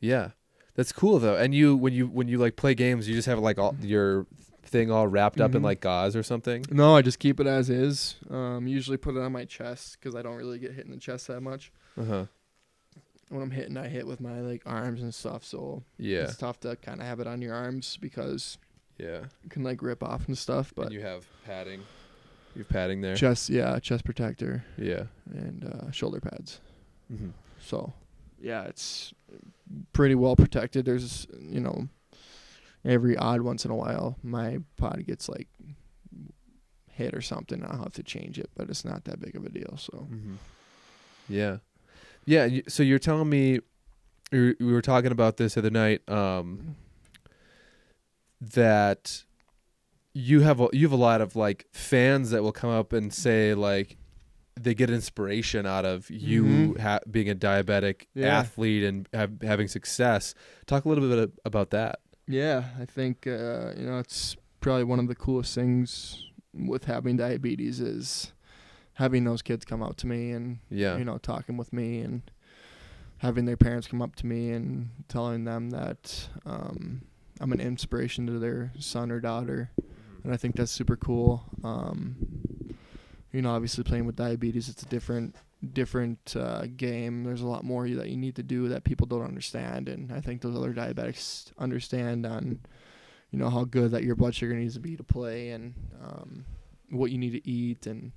A: Yeah, that's cool though. And you when you when you like play games, you just have like all your thing all wrapped up in
B: Mhm.
A: like gauze or something.
B: no, I just keep it as is. Um, usually put it on my chest because I don't really get hit in the chest that much.
A: Uh huh.
B: When I'm hitting, I hit with my like arms and stuff. So
A: Yeah.
B: it's tough to kind of have it on your arms because
A: Yeah.
B: it can like rip off and stuff. But
A: and you have padding. You have padding there.
B: chest, yeah, chest protector
A: yeah.
B: and uh, shoulder pads.
A: Mm-hmm.
B: So yeah, it's pretty well protected. There's you know every odd once in a while my pod gets like hit or something. I'll have to change it, but it's not that big of a deal. So
A: Mm-hmm. Yeah. Yeah. and you- So you're telling me, we we were talking about this the other night, um, that you have a, you have a lot of like fans that will come up and say like they get inspiration out of you
B: Mhm.
A: ha- being a diabetic
B: Yeah.
A: athlete and have, having success. Talk a little bit ab- about that.
B: yeah, I think uh, you know it's probably one of the coolest things with having diabetes is having those kids come out to me and
A: Yeah.
B: you know, talking with me and having their parents come up to me and telling them that um, I'm an inspiration to their son or daughter. And I think that's super cool. Um, you know, obviously playing with diabetes, it's a different different uh, game. There's a lot more that you need to do that people don't understand, and I think those other diabetics understand on, you know, how good that your blood sugar needs to be to play and um, what you need to eat and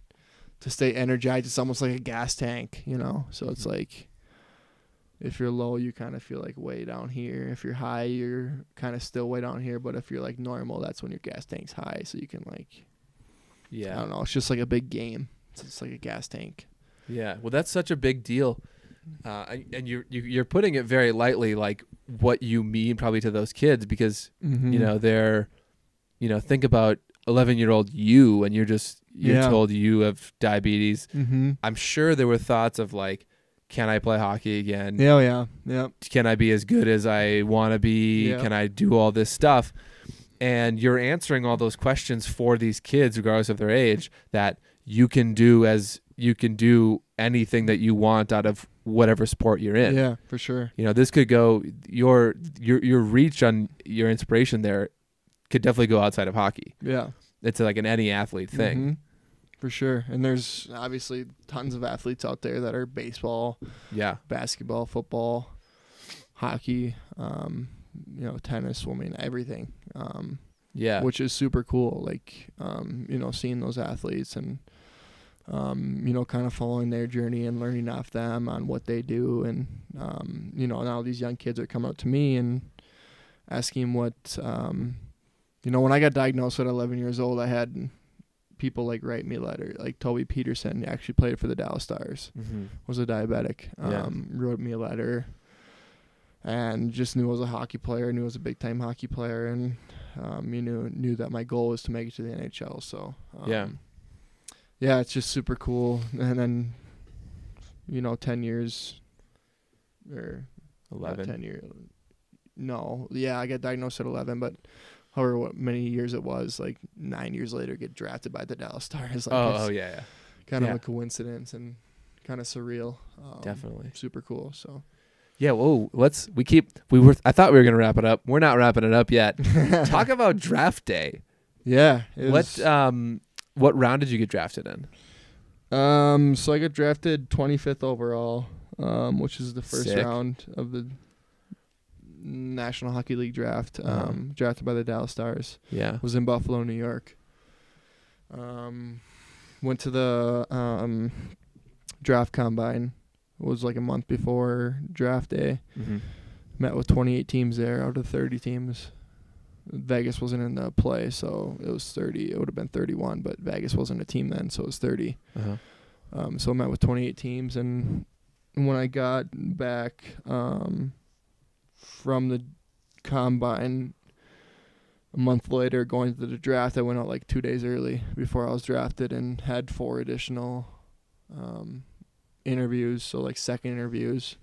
B: to stay energized. It's almost like a gas tank, you know. So it's
A: Mhm.
B: like. If you're low, you kind of feel like way down here. If you're high, you're kind of still way down here. But if you're like normal, that's when your gas tank's high, so you can like
A: Yeah.
B: I don't know. It's just like a big game. It's just like a gas tank.
A: Yeah, well, that's such a big deal, uh, and- and you're you- you're putting it very lightly, like what you mean probably to those kids, because
B: Mm-hmm.
A: you know they're, you know, think about eleven year old you, and you're just you're
B: Yeah.
A: told you have diabetes.
B: Mm-hmm.
A: I'm sure there were thoughts of like, can I play hockey again?
B: Yeah, oh, yeah, yeah.
A: Can I be as good as I want to be?
B: Yeah.
A: Can I do all this stuff? And you're answering all those questions for these kids, regardless of their age, that you can do as you can do anything that you want out of whatever sport you're in.
B: Yeah, for sure.
A: You know, this could go your your your reach on your inspiration there could definitely go outside of hockey.
B: Yeah.
A: It's like an any athlete thing.
B: Mhm. For sure. And there's obviously tons of athletes out there that are baseball,
A: Yeah.
B: basketball, football, hockey, um, you know, tennis, swimming, everything. Um,
A: Yeah.
B: which is super cool. Like, um, you know, seeing those athletes and, um, you know, kind of following their journey and learning off them on what they do. And, um, you know, now these young kids are coming up to me and asking what, um, you know, when I got diagnosed at 11 years old, I had people like write me letter, like Toby Peterson actually played for the Dallas Stars
A: Mhm.
B: was a diabetic.
A: Yeah.
B: Um, wrote me a letter and just knew I was a hockey player, knew I was a big time hockey player, and um, you knew knew that my goal was to make it to the NHL. So um,
A: Yeah.
B: yeah, it's just super cool. And then you know, ten years or not
A: 11.
B: 10 year no yeah i got diagnosed at 11 but however what many years it was like nine years later get drafted by the dallas stars (laughs) like
A: oh,
B: it's
A: oh, yeah, yeah.
B: kind of
A: yeah.
B: a coincidence and kind of surreal um,
A: Definitely.
B: super cool so
A: Yeah, whoa, let's we keep we were I thought we were going to wrap it up. We're not wrapping it up
B: (laughs)
A: yet. Talk about draft day.
B: yeah it
A: What um what round did you get drafted in? uh,
B: um so i got drafted 25th overall um which is the first
A: Sick.
B: round of the national hockey league draft um
A: Uh-huh.
B: drafted by the dallas stars
A: Yeah.
B: was in Buffalo, New York. Um, went to the um, draft combine. It was like a month before draft day.
A: Mm-hmm.
B: Met with 28 teams there out of 30 teams. Vegas wasn't in the play, so it was 30. It would have been 31, but Vegas wasn't a team then, so it was 30.
A: Uh-huh.
B: Um, so I met with 28 teams, and when I got back um, from the combine a month later, going to the draft, I went out like two days early before I was drafted, and had four additional um, interviews. So like second interviews.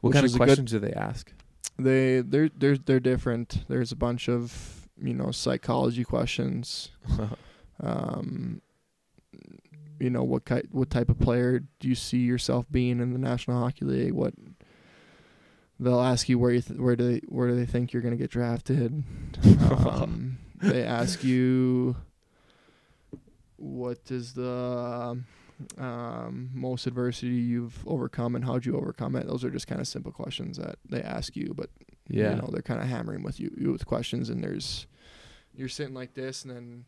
A: What
B: Which
A: kind of
B: was a good-
A: questions do they
B: (laughs)
A: ask?
B: They they're they're they're different. There's a bunch of you know psychology questions. um, you know what ki- what type of player do you see yourself being in the National Hockey League? What they'll ask you where you th- where do they where do they think you're gonna get drafted? Um, they ask you what is the um, most adversity you've overcome and how'd you overcome it? Those are just kind of simple questions that they ask you, but
A: yeah.
B: you know they're kind of hammering with you, you with questions and there's you're sitting like this and then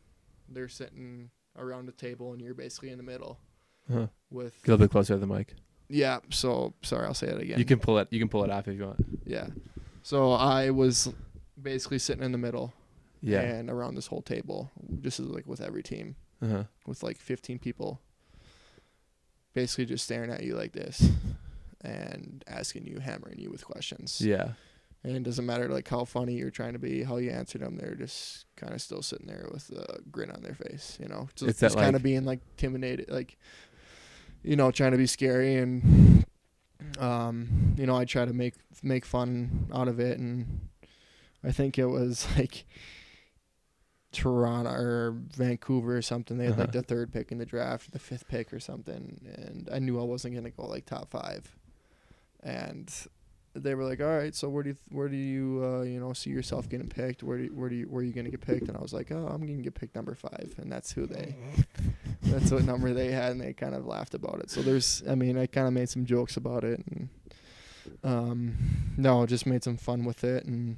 B: they're sitting around the table and you're basically in the middle
A: Huh. Uh-huh.
B: with
A: Get a little bit closer to the mic.
B: yeah so sorry i'll say it again
A: You can pull it you can pull it off if you want.
B: yeah so i was basically sitting in the middle
A: Yeah.
B: and around this whole table this is like with every team
A: Uh-huh.
B: with like 15 people basically just staring at you like this and asking you hammering you with questions
A: Yeah.
B: and it doesn't matter like how funny you're trying to be, how you answered them. They're just kind of still sitting there with a grin on their face, you know, just,
A: It's that,
B: just kind
A: like-
B: of being like intimidated, like you know, trying to be scary and um, you know, I try to make make fun out of it, and I think it was (laughs) like Toronto or Vancouver or something. They had like
A: Uh-huh.
B: the third pick in the draft, the fifth pick or something, and I knew I wasn't gonna go like top five, and they were like, "All right, so where do you where do you uh, you know see yourself getting picked? Where do you, where do you where are you gonna get picked?" And I was like, "Oh, I'm gonna get picked number five, and that's who they (laughs) that's what number they had, and they kind of laughed about it. So there's, I mean, I kind of made some jokes about it, and um, no, just made some fun with it, and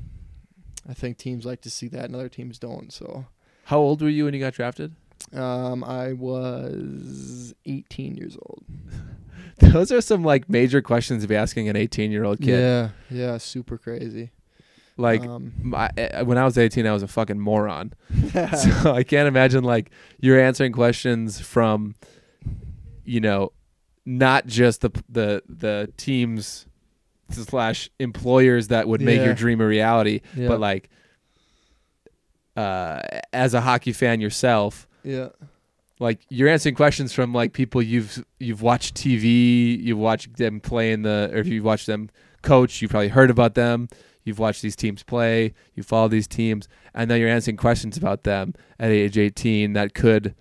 B: I think teams like to see that, and other teams don't. So
A: How old were you when you got
B: (laughs)
A: drafted?
B: um, I was 18 years old.
A: Those are some like major questions to be asking an 18-year-old kid.
B: Yeah, yeah, super crazy.
A: Like
B: um,
A: my, eh, when I was 18, I was a fucking moron. (laughs)
B: (laughs)
A: so I can't imagine like you're answering questions from, you know, not just the the the teams slash employers that would make
B: Yeah.
A: your dream a reality,
B: yeah,
A: but like, uh, as a hockey fan yourself,
B: yeah,
A: like you're answering questions from like people you've you've watched TV, you've watched them play in the, or if you've watched them coach, you've probably heard about them. You've watched these teams play, you follow these teams, and now you're answering questions about them at age 18 that could,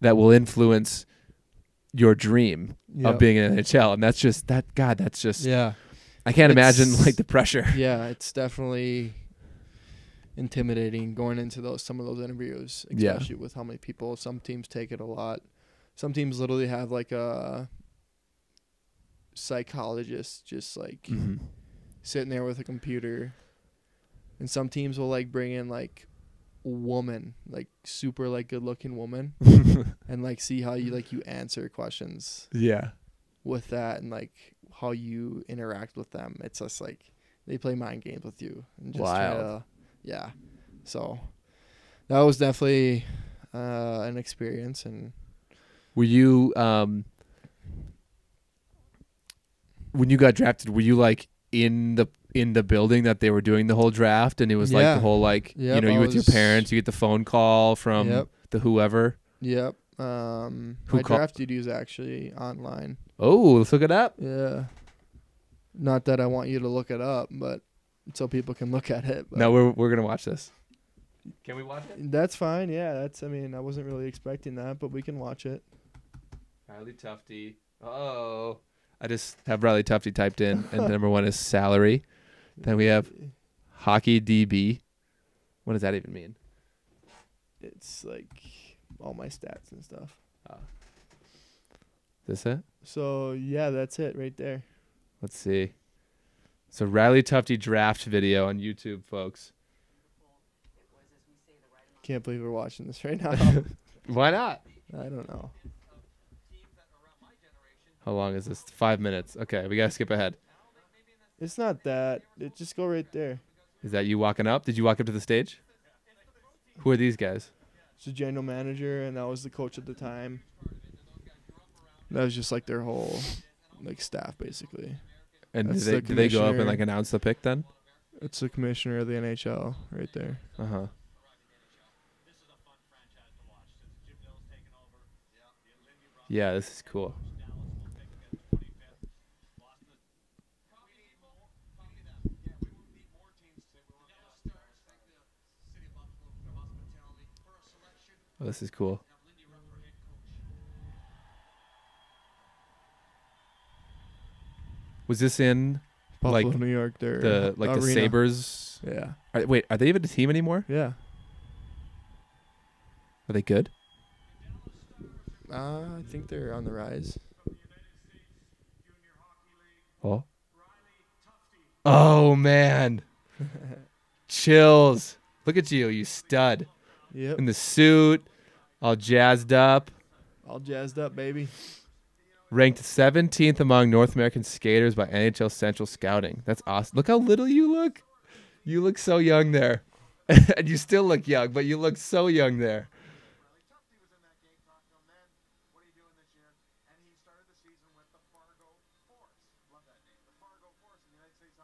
A: that will influence your dream
B: yeah.
A: of being in NHL. And that's just that God, that's just
B: yeah.
A: I can't imagine
B: It's-
A: like the pressure.
B: yeah, it's definitely intimidating going into those some of those interviews,
A: Yeah.
B: especially with how many people. Some teams take it a lot. Some teams literally have like a psychologist just like
A: Mhm.
B: sitting there with a computer. And some teams will like bring in like woman, like super like good looking
A: (laughs)
B: woman and like see how you like you answer questions
A: Yeah.
B: with that and like how you interact with them. It's just like they play mind games with you. And just try
A: Wild.
B: to- yeah. So that was definitely uh, an experience and
A: Were you um when you got drafted, were you like in the in the building that they were doing the whole draft, and it was like
B: Yeah.
A: the whole like you
B: Yep,
A: know you
B: I
A: with your
B: was-
A: parents, you get the phone call from
B: Yep.
A: the whoever.
B: Yep. Um,
A: Who
B: my
A: call-
B: draft duty is actually online.
A: Oh, let's look it up.
B: Yeah. Not that I want you to look it up, but so people can look at it. But
A: No, we're we're gonna watch this. Can we watch it?
B: That's fine. Yeah, that's. I mean, I wasn't really expecting that, but we can watch it.
A: Riley Tufty. Oh, I just have Riley Tufty typed in, and the number one is salary. Then we have hockey DB. What does that even mean?
B: It's like all my stats and stuff.
A: Is this it?
B: So yeah, that's it right there.
A: Let's see. So Riley Tufty draft video on YouTube, folks.
B: Can't believe we're watching
A: (laughs)
B: this right now. I
A: Why not?
B: don't know.
A: How long is this? Five minutes. Okay, we gotta skip ahead.
B: It's not that. It just go right there.
A: Is that you walking up? Did you walk up to the stage? Who are these guys?
B: It's the general manager, and that was the coach at the time. That was just like their whole like staff, basically.
A: And do
B: That's
A: they,
B: the
A: do they go up and
B: commissioner.
A: like announce the pick then?
B: It's the commissioner of the NHL right there.
A: Uh huh. Yeah, this is cool. Oh, this is cool. Was this in
B: Buffalo,
A: Like
B: New York. Their
A: the like the
B: arena.
A: Sabers?
B: Yeah,
A: wait, are they even a team anymore?
B: yeah.
A: Are they good?
B: Uh, I think they're on the rise.
A: Oh. Oh man. Chills. Look at you, you stud.
B: Yep.
A: In the suit, all jazzed up.
B: All jazzed up, baby.
A: Ranked 17th among North American skaters by NHL Central Scouting. That's awesome. Look how little you look. You look so young there. (laughs) and you still look young, but you look so young there.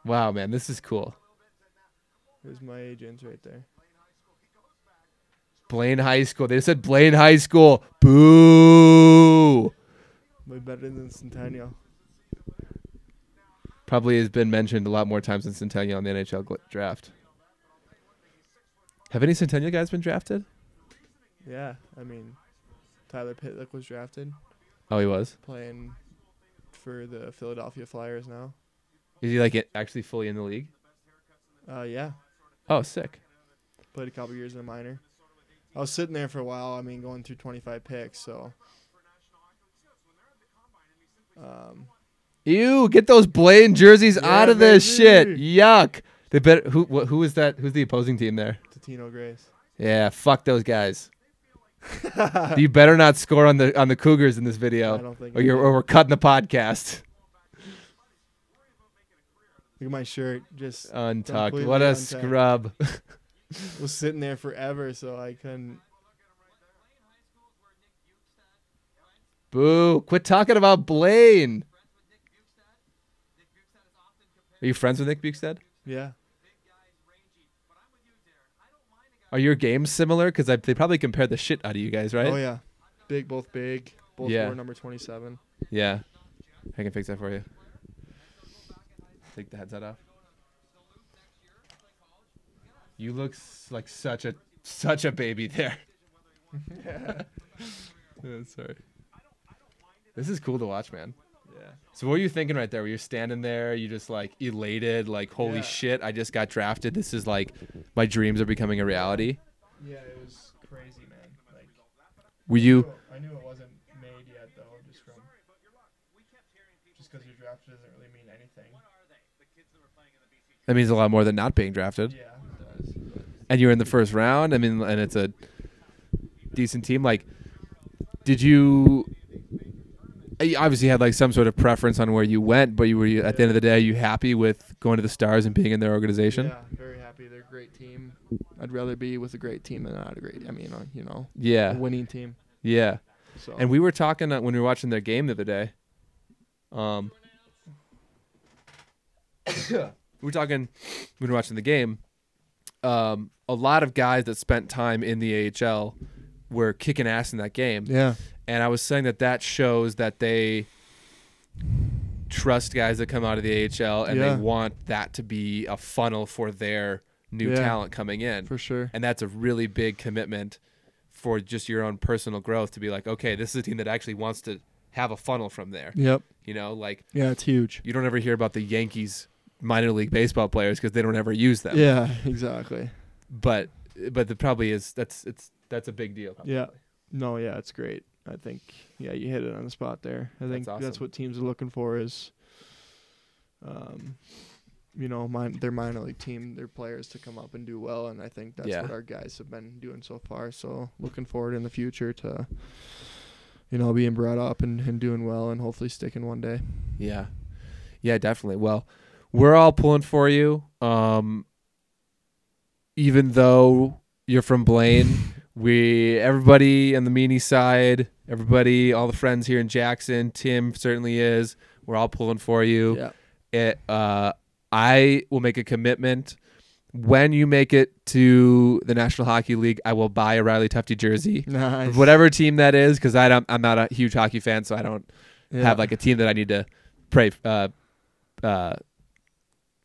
A: Wow, man, this is cool.
B: There's my agents right there.
A: Blaine High School. They said Blaine High School. Boo.
B: Way better than Centennial.
A: Probably has been mentioned a lot more times than Centennial in the NHL gl- draft. Have any Centennial guys been drafted?
B: Yeah, I mean, Tyler Pitlick was drafted,
A: Oh, he was.
B: playing for the Philadelphia Flyers now.
A: Is he like actually fully in the league?
B: Uh, yeah,
A: Oh, sick.
B: played a couple years in the minor. I was sitting there for a while. I mean, going through 25 picks, so. Um,
A: Ew, get those Blaine jerseys
B: Yeah,
A: out of this shit.
B: baby.
A: Yuck. They better who wh- who is that? Who's the opposing team there?
B: Tatino Grace.
A: Yeah, fuck those
B: (laughs)
A: guys. you better not score on the on the Cougars in this video.
B: I don't think
A: or
B: I
A: you're
B: did.
A: or we're cutting the podcast.
B: Look at my shirt. Just
A: Oh. Untucked.
B: Completely
A: What a
B: untucked.
A: scrub.
B: was sitting there forever, so I couldn't.
A: Boo. Quit talking about Blaine. Are you friends with Nick Bukestad?
B: Yeah.
A: Are your games similar? Because they probably compare the shit out of you guys, right?
B: Oh yeah. Big, both big. Both
A: Yeah.
B: wore number 27.
A: Yeah. I can fix that for you. Take the headset off. You look s- like such a such a baby there. (laughs) Yeah, sorry. This is cool to watch, man.
B: Yeah.
A: So what were you thinking right there? Were you standing there, you just like elated, like holy
B: Yeah.
A: shit, I just got drafted. This is like my dreams are becoming a reality.
B: Yeah, it was crazy, man. Like
A: Were you
B: I knew it wasn't made yet, though, just from just because you're drafted doesn't really mean anything.
A: that means a lot more than not being drafted.
B: Yeah, it does.
A: and you're in the first round. I mean, and it's a decent team. Like, did you? uh, You obviously had like some sort of preference on where you went, but you were you, at the end of the day, are you happy with going to the Stars and being in their organization?
B: Yeah, very happy. They're a great team. I'd rather be with a great team than not a great. I mean, uh, you know, a
A: Yeah,
B: winning team.
A: yeah.
B: So
A: And we were talking uh, when we were watching their (coughs) game the other day. Um, we're talking when we're watching the game. Um, a lot of guys that spent time in the AHL were kicking ass in that game,
B: Yeah.
A: and I was saying that that shows that they trust guys that come out of the AHL and
B: Yeah.
A: they want that to be a funnel for their new
B: Yeah.
A: talent coming in
B: For sure.
A: and that's a really big commitment for just your own personal growth to be like okay this is a team that actually wants to have a funnel from there
B: Yep.
A: you know like
B: Yeah, it's huge.
A: you don't ever hear about the yankees minor league baseball players because they don't ever use them
B: Yeah, (laughs) exactly.
A: but but the probably is that's it's that's a big deal
B: Yeah. No, yeah, it's great. I think yeah, you hit it on the spot there. I think that's,
A: awesome.
B: what teams are looking for is um you know, min their minor league team, their players to come up and do well and I think that's
A: Yeah.
B: what our guys have been doing so far. So looking forward in the future to you know, being brought up and, and doing well and hopefully sticking one day.
A: yeah yeah definitely well we're all pulling for you um even though you're from blaine we everybody on the meanie side everybody all the friends here in jackson tim certainly is we're all pulling for you
B: Yeah.
A: it, uh, i will make a commitment when you make it to the national hockey league i will buy a riley tufty jersey
B: Nice.
A: whatever team that is because i don't i'm not a huge hockey fan so i don't
B: Yeah.
A: have like a team that i need to pray uh, uh,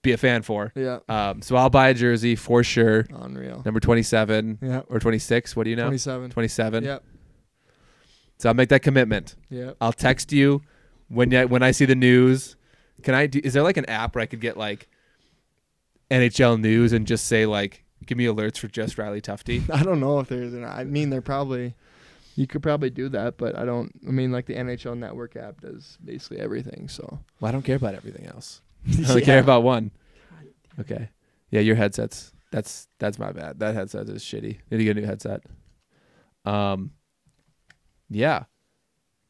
A: be a fan for
B: Yeah.
A: um, so i'll buy a jersey for sure
B: Unreal.
A: number 27
B: Yeah.
A: or 26 what do you know
B: Twenty seven.
A: 27.
B: Yep.
A: So I'll make that commitment.
B: Yep.
A: I'll text you when I, when I see the news. Can I do, is there like an app where I could get like NHL news and just say like give me alerts for just Riley Tufty?
B: (laughs) I don't know if there's an. I mean, they're probably. You could probably do that, but I don't. I mean, like the NHL Network app does basically everything. So
A: Well, I don't care about everything else. I
B: (laughs)
A: only care about one. Okay. Yeah, your headsets. That's that's my bad. That headset is shitty. Need to get a new headset. Um yeah.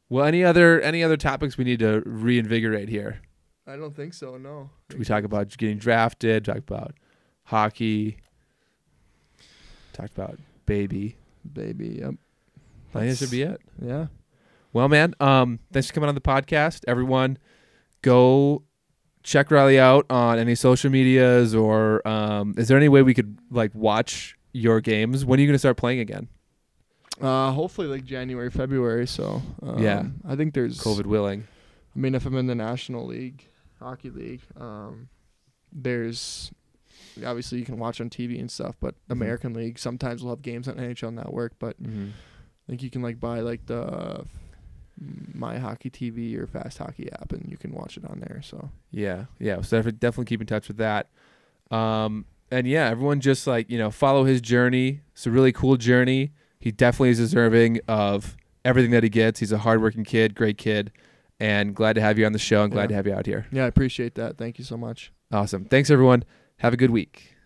A: Well, any other any other topics we need to reinvigorate here?
B: I don't think so. No.
A: We talk about getting drafted, talk about hockey, talked about baby.
B: baby. Yep.
A: I think that should be it.
B: Yeah.
A: Well, man, um, thanks for coming on the podcast. Everyone, go check Riley out on any social medias or um, is there any way we could like watch your games? When are you gonna start playing again?
B: Uh, hopefully like January, February. So um,
A: Yeah.
B: I think there's.
A: COVID willing.
B: I mean, if I'm in the National League, Hockey League, um, there's obviously you can watch on TV and stuff, but
A: Mhm.
B: American League sometimes will have games on NHL Network, but
A: Mm-hmm.
B: I think you can like buy like the mm, My Hockey TV or Fast Hockey app, and you can watch it on there. So
A: Yeah, yeah. So defi- definitely keep in touch with that. Um, and yeah, everyone just like you know follow his journey. It's a really cool journey. He definitely is deserving of everything that he gets. He's a hardworking kid, great kid, and glad to have you on the show and glad
B: Yeah.
A: to have you out here.
B: yeah, I appreciate that. Thank you so much.
A: Awesome. Thanks everyone. Have a good week.